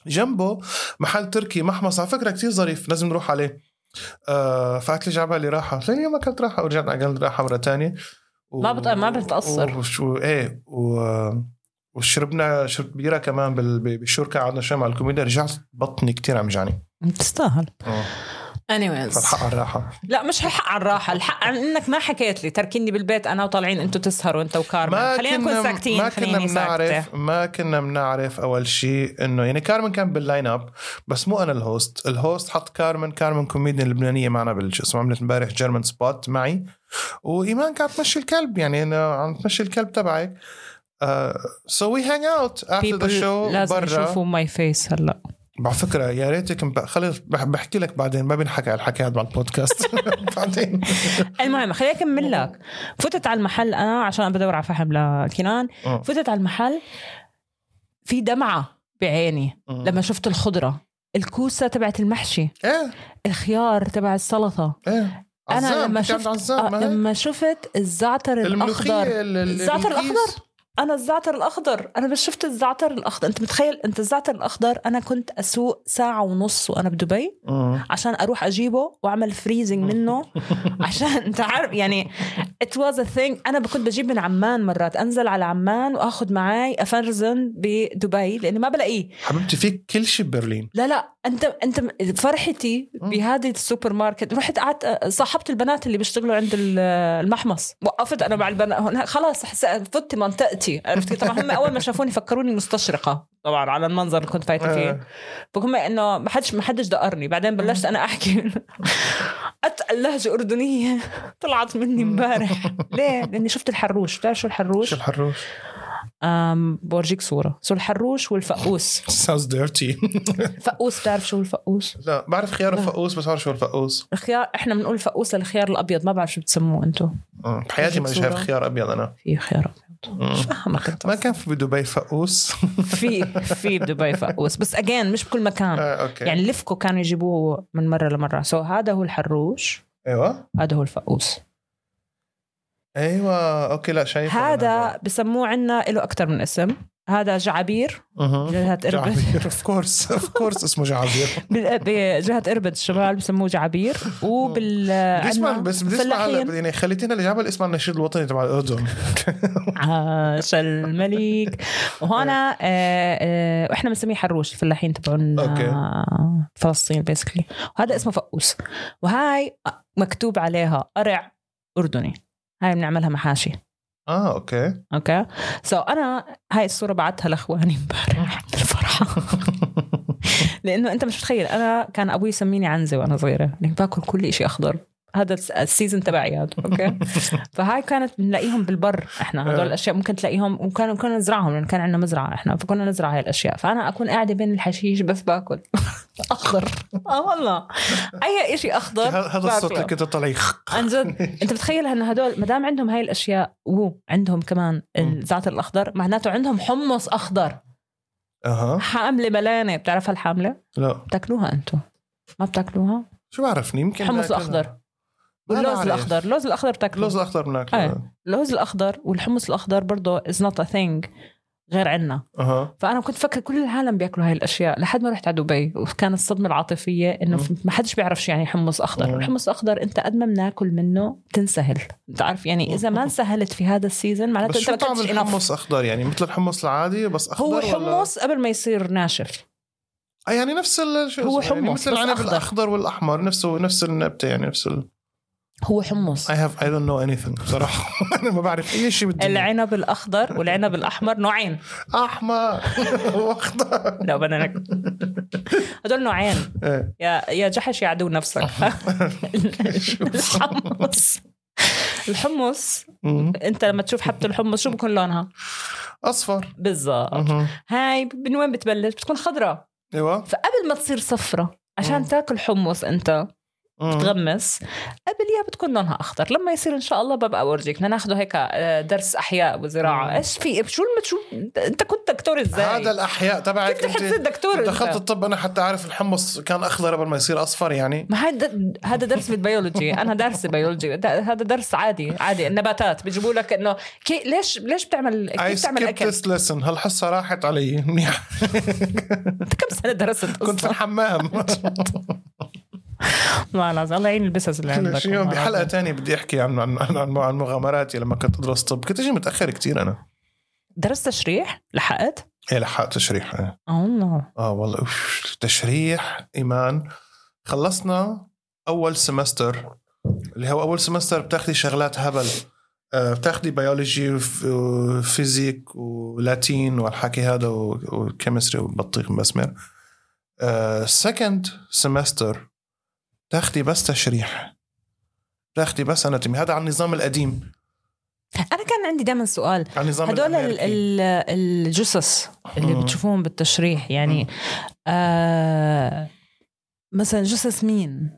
جنبه محل تركي محمص على فكره كتير ظريف لازم نروح عليه آه، فقالت لي جابها لي راحه قلت لها اليوم اكلت راحه ورجعت اكلت راحه مره تانية و...
ما بت- ما بتقصر.
وشو ايه و... وشربنا شربت بيره كمان بال- بالشركه قعدنا شوي مع الكوميديا رجعت بطني كتير عم جاني
بتستاهل
آه.
anyways
فالحق على الراحه
لا مش الحق على الراحه الحق عن انك ما حكيت لي تركني بالبيت انا وطالعين انتوا تسهروا انت وكارما خلينا نكون ساكتين
ما كنا
خليني ساكته
بنعرف ما كنا بنعرف اول شيء انه يعني كارمن كان باللاين اب بس مو انا الهوست الهوست حط كارمن كارمن كوميديان لبنانيه معنا بالشو اسمه عملت امبارح جيرمان سبوت معي وايمان كانت تمشي الكلب يعني انا عم تمشي الكلب تبعك آه، سو وي هانج اوت افتر ذا
People
شو
لازم
برا
يشوفوا ماي فيس هلا
على فكره يا ريتك مب- خلص بح- بحكي لك بعدين ما بنحكى على الحكي هذا مع البودكاست بعدين
المهم خليني اكمل لك فتت على المحل انا عشان بدور على فحم لكنان
آه.
فتت على المحل في دمعه بعيني لما شفت الخضره الكوسه تبعت المحشي
ايه
الخيار تبع السلطه
ايه
انا
عزام،
لما
كنت عند
شفت
عزام،
آه
ما هي.
لما شفت الزعتر الاخضر
الملوخية ال- ال-
الزعتر
الكيس.
الأخضر؟ انا الزعتر الاخضر انا بس شفت الزعتر الاخضر انت متخيل انت الزعتر الاخضر انا كنت اسوق ساعه ونص وانا بدبي
مم.
عشان اروح اجيبه واعمل فريزنج منه عشان انت عارف يعني ات واز ا ثينج انا كنت بجيب من عمان مرات انزل على عمان واخذ معي افرزن بدبي لاني ما بلاقيه
حبيبتي فيك كل شيء ببرلين
لا لا انت انت فرحتي بهذه السوبر ماركت رحت قعدت آه، صاحبت البنات اللي بيشتغلوا عند ال- آه، المحمص وقفت انا مع البنات هون خلاص حس- فت منطقتي عرفتي طبعا هم اول ما شافوني فكروني مستشرقه طبعا على المنظر اللي كنت فايته فيه فهم انه ما حدش ما حدش دقرني بعدين بلشت انا احكي اتقل لهجه اردنيه طلعت مني امبارح ليه؟ لاني شفت الحروش بتعرف شو الحروش؟
شو الحروش
أم بورجيك صوره سو الحروش والفقوس
ساوندز ديرتي
فقوس بتعرف شو الفقوس؟
لا بعرف خيار الفقوس بس بعرف شو الفقوس
الخيار احنا بنقول فقوس للخيار الابيض ما بعرف شو بتسموه انتم
مم. آه، بحياتي ما
شو
شايف
بصورة؟
خيار ابيض انا
في خيار ابيض
مم.
مش فاهمك انت
ما كان في بدبي فقوس
في في بدبي فقوس بس اجين مش بكل مكان
آه، اوكي
يعني لفكو كانوا يجيبوه من مره لمره سو هذا هو الحروش
ايوه
هذا هو الفقوس
ايوه اوكي لا
إيه،
شايف
هذا بسموه عنا له اكثر من اسم هذا جعابير جهة اربد
جعبير اوف كورس اوف كورس اسمه جعبير
بال- بجهة اربد الشمال بسموه جعابير وبال
بدي اسمع
عنا
بس بدي اسمع
آه، فلاحين.
هلا يعني خليتينا اللي جابها اسمع النشيد الوطني تبع الاردن
عاش الملك وهنا آه، آه، واحنا بنسميه حروش الفلاحين تبعون
أوكي.
آه، فلسطين بيسكلي وهذا اسمه فقوس وهاي مكتوب عليها قرع اردني هاي بنعملها محاشي
اه اوكي
اوكي سو so انا هاي الصوره بعتها لاخواني امبارح
آه.
من الفرحه لانه انت مش متخيل انا كان ابوي يسميني عنزه وانا صغيره لاني يعني باكل كل شيء اخضر هذا الس- السيزون تبعي هذا اوكي فهاي كانت بنلاقيهم بالبر احنا هدول
آه.
الاشياء ممكن تلاقيهم وكانوا كنا نزرعهم لان كان عندنا مزرعه احنا فكنا نزرع هاي الاشياء فانا اكون قاعده بين الحشيش بس باكل اخضر اه والله اي شيء اخضر
ه- هذا الصوت
باكله.
اللي كنت طلعي
عن جد انت بتخيل ان هدول ما دام عندهم هاي الاشياء وعندهم كمان الزعتر الاخضر معناته عندهم حمص اخضر
اها
حامله ملانه بتعرف هالحامله
لا
بتاكلوها انتم ما بتاكلوها
شو بعرفني يمكن
حمص
ناكلها.
اخضر
ما
واللوز إيه.
بعرف.
الاخضر اللوز الاخضر بتاكلوه
اللوز الاخضر بناكله
اللوز الاخضر والحمص الاخضر برضه از نوت ا ثينج غير عنا
اها
فانا كنت فكر كل العالم بياكلوا هاي الاشياء لحد ما رحت على دبي وكانت الصدمه العاطفيه انه
مم.
ما حدش بيعرف شو يعني حمص
مم.
اخضر الحمص الاخضر انت قد ما بناكل منه بتنسهل بتعرف يعني اذا ما انسهلت في هذا السيزون
بس
معناته انت
شو
ما
طعم
اكلتش enough.
الحمص اخضر يعني مثل الحمص العادي بس اخضر
هو
ولا-
حمص قبل ما يصير ناشف
آه يعني نفس ال شو
هو
اسمه، يعني
حمص
مثل
بس
العنب
أخضر.
الاخضر والاحمر نفسه نفس النبته يعني نفس ال
هو حمص
I have I don't know anything بصراحه انا ما بعرف اي شيء بالدنيا
العنب الاخضر والعنب الاحمر نوعين
احمر واخضر
لو بدنا ناكل هدول نوعين
إيه.
يا يا جحش يا عدو نفسك الحمص الحمص
أمم.
انت لما تشوف حبة الحمص شو بكون لونها؟
اصفر
بالظبط
أها.
هاي من وين بتبلش؟ بتكون خضراء
ايوه
فقبل ما تصير صفرة
مم.
عشان تاكل حمص انت
أمم.
تغمس قبل يا بتكون لونها اخضر لما يصير ان شاء الله ببقى اورجيك بدنا ناخده هيك آه، درس احياء
مم.
وزراعه ايش في شو الم- شو انت كنت دكتور ازاي
هذا الاحياء تبعك
كيف
انت
تحب تصير دكتور
دخلت
انت؟
الطب انا حتى اعرف الحمص كان اخضر قبل ما يصير اصفر يعني
ما هذا هذا درس بالبيولوجي انا دارسه بيولوجي ده- هذا درس عادي عادي النباتات بيجيبوا لك انه كي ليش ليش بتعمل
اي
كيف بتعمل
سكيب
اكل
ذس ليسن هالحصه راحت علي منيح
انت كم سنه درست
كنت في
اصلا
الحمام
والله العظيم الله يعين البسس اللي عندك
شي يوم بحلقه تانية بدي احكي عن عن عن, عن عن مغامراتي لما كنت ادرس طب كنت اجي متاخر كتير انا
درست تشريح لحقت
ايه لحقت تشريح إيه.
الله
اه والله أوف. تشريح ايمان خلصنا اول سمستر اللي هو اول سمستر بتاخدي شغلات هبل آه، بتاخدي بيولوجي وف- وفيزيك ولاتين والحكي هذا و- وكيمستري وبطيخ آه، مسمر سكند سمستر تاخدي بس تشريح تاخدي بس اناتومي هذا على النظام القديم
انا كان عندي دائما سؤال
على النظام
هدول ال-
الأمريكي.
ال- الجثث اللي
مم.
بتشوفوهم بالتشريح يعني آه مثلا جثث مين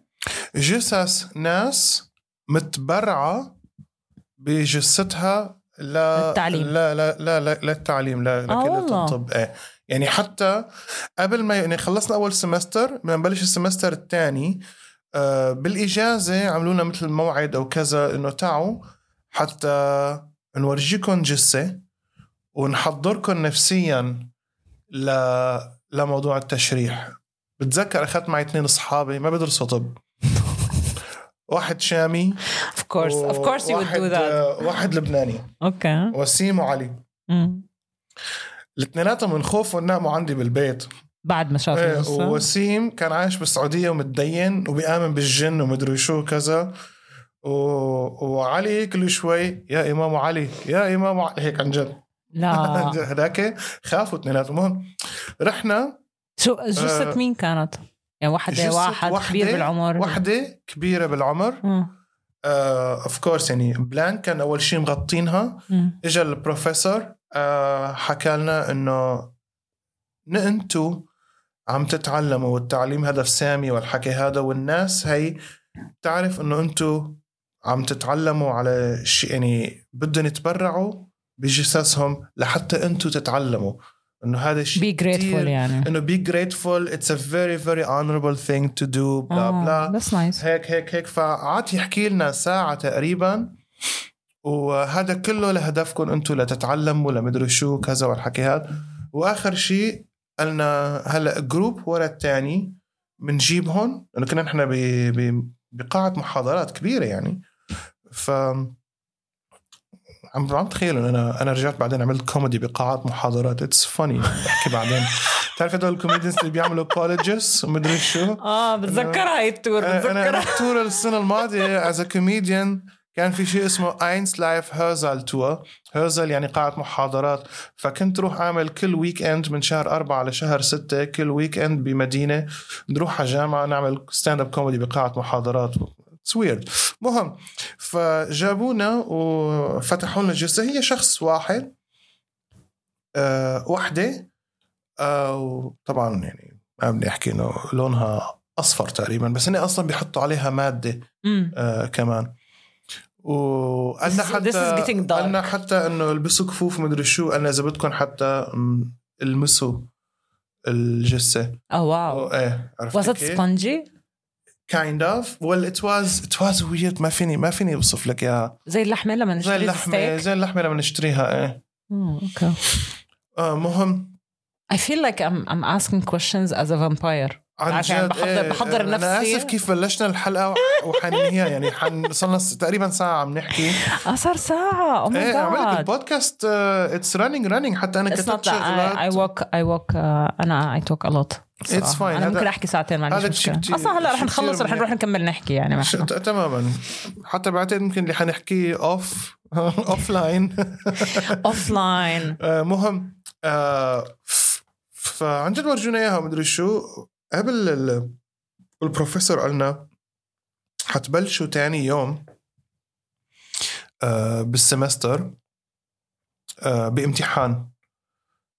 جثث ناس متبرعه بجثتها ل
للتعليم.
لا لا لا لا للتعليم لا
آه
لكلية
والله.
الطب ايه يعني حتى قبل ما يعني خلصنا اول سمستر بدنا نبلش السمستر الثاني آه بالاجازه عملوا لنا مثل موعد او كذا انه تعوا حتى نورجيكم جثه ونحضركم نفسيا ل لموضوع التشريح بتذكر اخذت معي اثنين اصحابي ما بدرسوا طب واحد شامي
اوف كورس اوف كورس يو وود
وواحد-
دو ذات
آه، واحد آه، لبناني
اوكي
وسيم وعلي
مم.
الاثنيناتهم من خوفهم ناموا عندي بالبيت
بعد ما شاف
إيه،
الجثه
ووسيم كان عايش بالسعوديه ومتدين وبيامن بالجن ومدري شو كذا و... وعلي كل شوي يا امام علي يا امام علي هيك عن جد
لا
هذاك خافوا اثنيناتهم المهم رحنا
شو جثه مين كانت يعني واحدة
آه، جثة
واحد كبير
وحدة-
بالعمر
وحده كبيره بالعمر
مم.
اوف uh, كورس يعني بلانك كان اول شيء مغطينها
مم.
اجى البروفيسور آه، حكى لنا انه إن انتو عم تتعلموا والتعليم هدف سامي والحكي هذا والناس هي تعرف انه انتو عم تتعلموا على شيء يعني بدهم يتبرعوا بجثثهم لحتى انتو تتعلموا انه هذا الشيء
بي
كتير-
جريتفول يعني
انه بي جريتفول اتس ا فيري فيري honorable ثينج تو دو
آه،
بلا بلا
ذاتس نايس
هيك هيك هيك فقعد يحكي لنا ساعة تقريبا وهذا كله لهدفكم انتم لتتعلموا لمدري شو كذا والحكي هذا واخر شيء قلنا هلا جروب ورا الثاني بنجيبهم لانه كنا نحن ب- ب- بقاعة محاضرات كبيرة يعني ف عم عم تخيل انه انا انا رجعت بعدين عملت كوميدي بقاعات محاضرات اتس فاني بحكي بعدين بتعرف هدول الكوميديانز اللي بيعملوا كولجز ومدري شو آه،
اه بتذكرها هي التور
انا انا
بتذكرها
طول السنه الماضيه از كوميديان كان في شيء اسمه اينس لايف هرزل تور هرزل يعني قاعة محاضرات فكنت روح أعمل كل ويك إند من شهر أربعة لشهر ستة كل ويك إند بمدينة نروح على جامعة نعمل ستاند اب كوميدي بقاعة محاضرات اتس ويرد مهم فجابونا وفتحوا لنا جلسة هي شخص واحد أه وحدة أه وطبعا يعني ما بدي أحكي إنه لونها أصفر تقريبا بس هن أصلا بيحطوا عليها مادة
مم.
آه كمان وقالنا
This is- this is
حتى
getting dark.
قالنا حتى انه البسوا كفوف مدري شو قالنا اذا بدكم حتى م، المسوا الجثه
اه واو
أو ايه عرفت
was it
كيف؟
spongy
kind of well it was it was weird ما فيني ما فيني اوصف لك اياها
زي اللحمه لما
زي
نشتري
اللحمه
ستيك
زي اللحمه لما نشتريها ايه
اوكي
آه مهم
I feel like I'm I'm asking questions as a vampire
عن
عشان
جد
بحضر-
إيه،
بحضر
انا
نفسي.
اسف كيف بلشنا الحلقه وح- وحننهيها يعني حن صرنا تقريبا ساعه عم نحكي
اه صار ساعة oh my
ايه عملت
god
البودكاست آه، اتس رننج رننج حتى انا
It's not
كتبت
that I, I
شغلات
walk I walk uh, أنا I talk a lot صراحة.
fine.
أنا
هذا-
ممكن أحكي ساعتين ما عنديش
هذا شيء
مشكلة
كتير-
أصلا هلا رح
شيء
نخلص
كتير
رح نروح نكمل نحكي يعني
ش-
معنا
ت- تماما حتى بعتقد يمكن اللي حنحكيه اوف اوف لاين
أوف لاين
مهم آه، ف- فعن جد ورجونا اياها مدري شو قبل ال- البروفيسور قالنا حتبلشوا تاني يوم آه، بالسمستر آه، بامتحان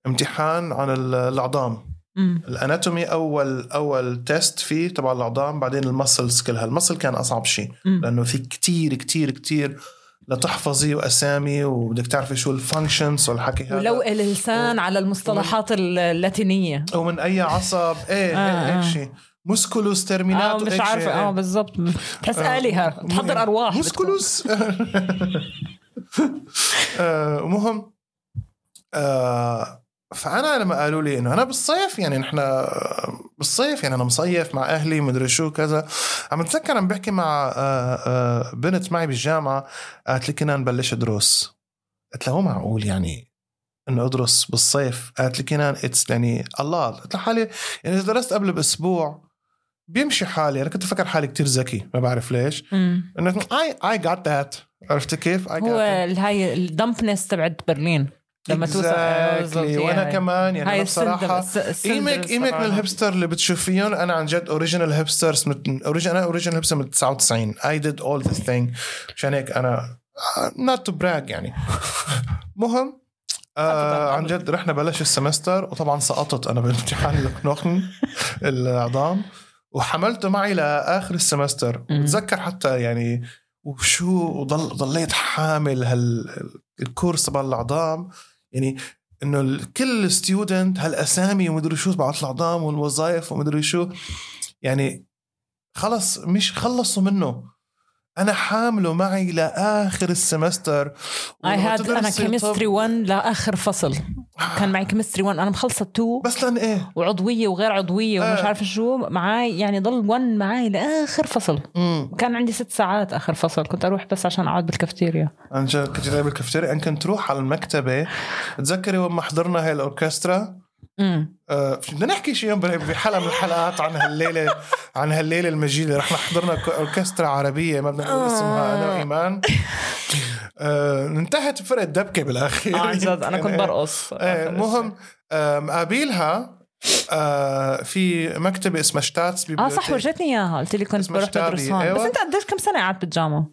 امتحان عن ال- العظام
أمم،
الاناتومي اول اول تيست فيه تبع العظام بعدين المسلز كلها المسل كان اصعب شيء
أمم.
لانه في كتير كتير كتير لتحفظي واسامي وبدك تعرفي شو الفانكشنز والحكي هذا
ولو اللسان على المصطلحات اللاتينية
ومن اي عصب
آه،
ايه آه
آه.
هيك شيء مسكولوس
آه
ترميناتو
مش
هيك شيء،
عارفة
إيه.
اه بالضبط بتحس
آه،
آلهة بتحضر أرواح
مسكولوس آه، مهم آه، فانا لما قالوا لي انه انا بالصيف يعني نحن بالصيف يعني انا مصيف مع اهلي مدري شو كذا عم اتذكر عم بحكي مع آه، آه، بنت معي بالجامعه قالت لي كنا نبلش دروس قلت لها هو معقول يعني انه ادرس بالصيف قالت لي كنان اتس يعني الله قلت لحالي يعني اذا درست قبل باسبوع بيمشي حالي انا كنت فكر حالي كتير ذكي ما بعرف ليش
مم.
انه اي اي جات ذات عرفت كيف؟ I got
أمم. هو
that.
ال- هاي الدمبنس تبعت برلين لما توصل آه،
Exactly.
بالضبط،
وانا
يعني.
كمان يعني
هاي
انا بصراحه ايمك ايمك من الهبستر اللي بتشوفيهم انا عن جد اوريجينال هيبسترز اوريجينال انا اوريجينال هيبستر من 99 اي ديد اول ذيس ثينج مشان هيك آه، انا نوت تو براج يعني مهم آه عن جد رحنا بلش السمستر وطبعا سقطت انا بالامتحان الكنوخن العظام وحملته معي لاخر السمستر
مم.
وتذكر حتى يعني وشو وضل ضليت حامل هال الكورس تبع العظام يعني انه ال- كل ستودنت هالاسامي ومدري شو تبعت العظام والوظائف ومدري شو يعني خلص مش خلصوا منه انا حامله معي لاخر السمستر
اي
ولما
هاد انا
تدرسي
كيمستري 1 لاخر فصل
طب-
كان معي كيمستري 1 انا مخلصه 2
بس لان ايه
وعضويه وغير عضويه ومش
آه.
عارفه شو معي يعني ضل 1 معي لاخر فصل
امم
كان عندي ست ساعات اخر فصل كنت اروح بس عشان اقعد بالكافتيريا
عن جد كنت جايب الكافتيريا انا كنت روح على المكتبه تذكري وما حضرنا هاي الاوركسترا
امم
آه، بدنا نحكي شيء يوم بحلقه من الحلقات عن هالليله عن هالليله المجيده رح حضرنا ك- اوركسترا عربيه ما بدنا نقول اسمها انا وايمان آه، انتهت فرقه دبكه بالاخير
آه، عن جد انا كنت برقص
ايه مهم آه، مقابلها آه، في مكتبه اسمها شتاتس
اه صح ورجتني اياها قلت لي كنت
اسمها
بروح
شتابي،
بدرس هون بس
أيوة.
انت قديش كم سنه قعدت بالجامعه؟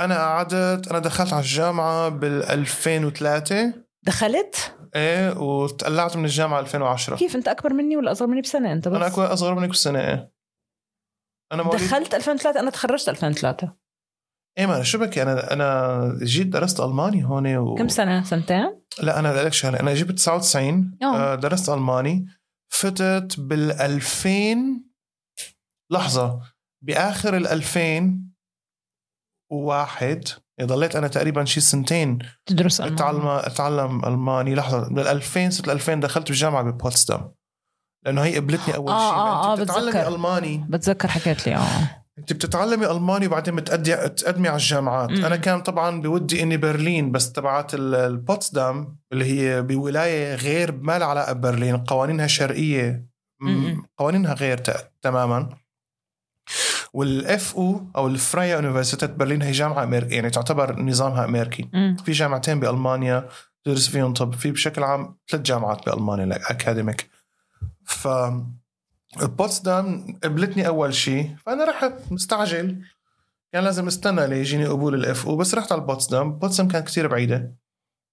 انا قعدت انا دخلت على الجامعه بال 2003
دخلت؟
ايه وتقلعت من الجامعه 2010
كيف انت اكبر مني ولا اصغر مني بسنه انت بس؟
انا أكبر- اصغر منك بسنه ايه انا مواليد
دخلت 2003 انا تخرجت 2003
ايه ما انا شو بكي انا انا جيت درست الماني هون و...
كم سنه سنتين؟
لا انا لك شغله انا جبت 99
آه.
آه، درست الماني فتت بال 2000 لحظه باخر ال 2001 ضليت انا تقريبا شي سنتين
تدرس ألماني.
اتعلم اتعلم الماني لحظه بال 2000 صرت 2000 دخلت الجامعه ببوتسدام لانه هي قبلتني اول
آه،
شيء
آه، آه،
انت بتتعلمي
بتذكر.
الماني
بتذكر حكيت لي اه
انت بتتعلمي الماني وبعدين بتأدي بتقدمي على الجامعات
مم.
انا كان طبعا بودي اني برلين بس تبعت ال- البوتسدام اللي هي بولايه غير ما لها علاقه ببرلين قوانينها شرقيه م-
مم.
قوانينها غير ت- تماما والاف او او الفرايا يونيفرسيتات برلين هي جامعه امريكيه يعني تعتبر نظامها امريكي
مم.
في جامعتين بالمانيا تدرس فيهم طب في بشكل عام ثلاث جامعات بالمانيا اكاديميك ف بوتسدام قبلتني اول شيء فانا رحت مستعجل كان لازم استنى ليجيني قبول الاف او بس رحت على بوتسدام بوتسدام كانت كتير بعيده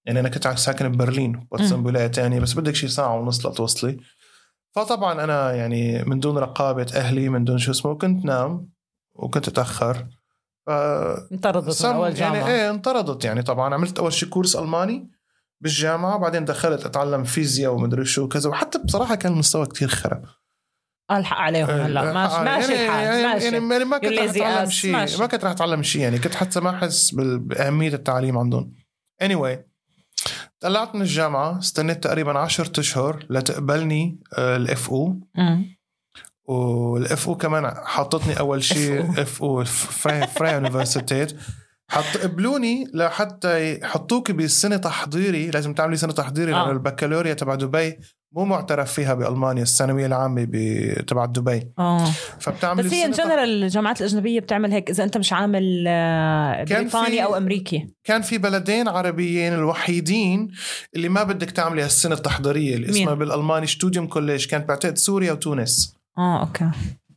يعني انا كنت ساكن ببرلين بوتسدام
مم.
ولايه تانية بس بدك شي ساعه ونص لتوصلي فطبعا انا يعني من دون رقابه اهلي من دون شو اسمه كنت نام وكنت اتاخر ف
انطردت من
صار
اول
يعني
جامعه
ايه انطردت يعني طبعا عملت اول شيء كورس الماني بالجامعه بعدين دخلت اتعلم فيزياء ومدري شو كذا وحتى بصراحه كان المستوى كتير خرا
الحق عليهم هلا ماشي ماشي الحال
إيه، يعني, يعني,
ماشي
يعني ما كنت رح
You're lazy
اتعلم
ass.
شيء
ماشي.
ما كنت رح اتعلم شيء يعني كنت حتى ما احس بال- باهميه التعليم عندهم anyway طلعت من الجامعه استنيت تقريبا 10 اشهر لتقبلني آه، الاف او
مم.
والاف او كمان حطتني اول شيء اف او فراي فراي يونيفرسيتيت حط قبلوني لحتى يحطوك بسنه تحضيري لازم تعملي سنه تحضيري
آه.
لانه البكالوريا تبع دبي مو معترف فيها بالمانيا الثانويه العامه ب- تبع دبي
اه
فبتعملي
بس هي ان
سنة تح-
جنرال الجامعات الاجنبيه بتعمل هيك اذا انت مش عامل آه،
كان في-
بريطاني او امريكي
كان في بلدين عربيين الوحيدين اللي ما بدك تعملي هالسنه التحضيريه اللي
مين؟
اسمها بالالماني شتوديوم كوليج كانت بعتقد سوريا وتونس
اه اوكي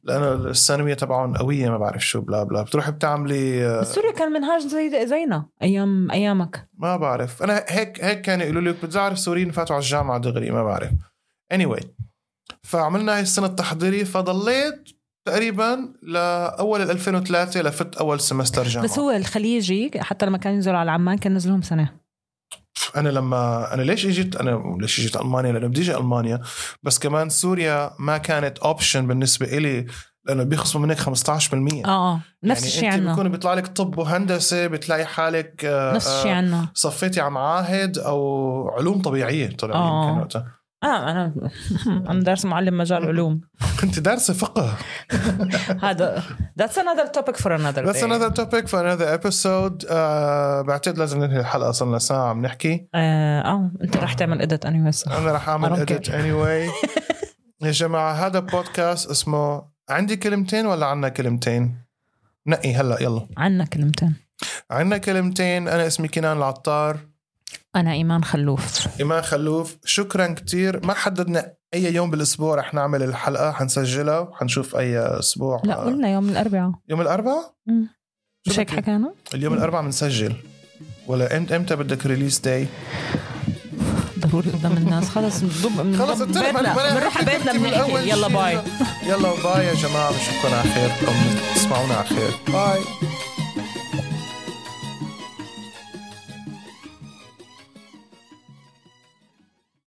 لانه الثانويه تبعهم قويه ما بعرف شو بلا بلا بتروحي بتعملي آه،
بس سوريا كان منهاج زي زينا ايام ايامك
ما بعرف انا هيك هيك كانوا يقولوا لي بتعرف سوريين فاتوا على الجامعه دغري ما بعرف anyway فعملنا هاي السنه التحضيري فضليت تقريبا لاول ال 2003 لفت اول سمستر جامعه
بس هو الخليجي حتى لما كان ينزلوا على عمان كان نزلهم
يعني
سنه
انا لما انا ليش اجيت انا ليش اجيت المانيا لانه بدي اجي المانيا بس كمان سوريا ما كانت اوبشن بالنسبه إلي لانه بيخصموا منك 15%
اه اه نفس
يعني
الشيء
انت
عنا
بيكون بيطلع لك طب وهندسه بتلاقي حالك آه،
نفس الشيء
آه،
عنا
صفيتي على معاهد او علوم طبيعيه طلع
آه.
يمكن وقتها
اه انا انا دارس معلم مجال علوم
كنت دارسه فقه
هذا that's another topic for another
That's
day.
another topic for another episode. آه بعتقد لازم ننهي الحلقة صرنا ساعة عم نحكي.
اه آه، انت رح تعمل ادت اني anyway. so.
أنا رح أعمل
I don't
edit
care.
anyway. يا جماعة هذا بودكاست اسمه عندي كلمتين ولا عنا كلمتين؟ نقي هلا يلا.
عنا كلمتين
عنا كلمتين أنا اسمي كنان العطار،
انا ايمان خلوف
إيمان خلوف، شكرا كتير ما حددنا أي يوم بالأسبوع رح نعمل الحلقة حنسجلها وحنشوف أي أسبوع
لا
آه،
قلنا يوم الاربعاء
يوم الأربعاء؟
مم.
شو
مش هيك
بدك؟
حكينا؟
اليوم الأربعاء بنسجل ولا امتى امتى بدك ريليس داي؟
ضروري قدام الناس خلص بنضم
خلص
بنضم
انتهى
بيتنا. بنروح على بيتنا بنحكي يلا باي
يلا باي يا جماعه بشوفكم على خير او بتسمعونا على خير باي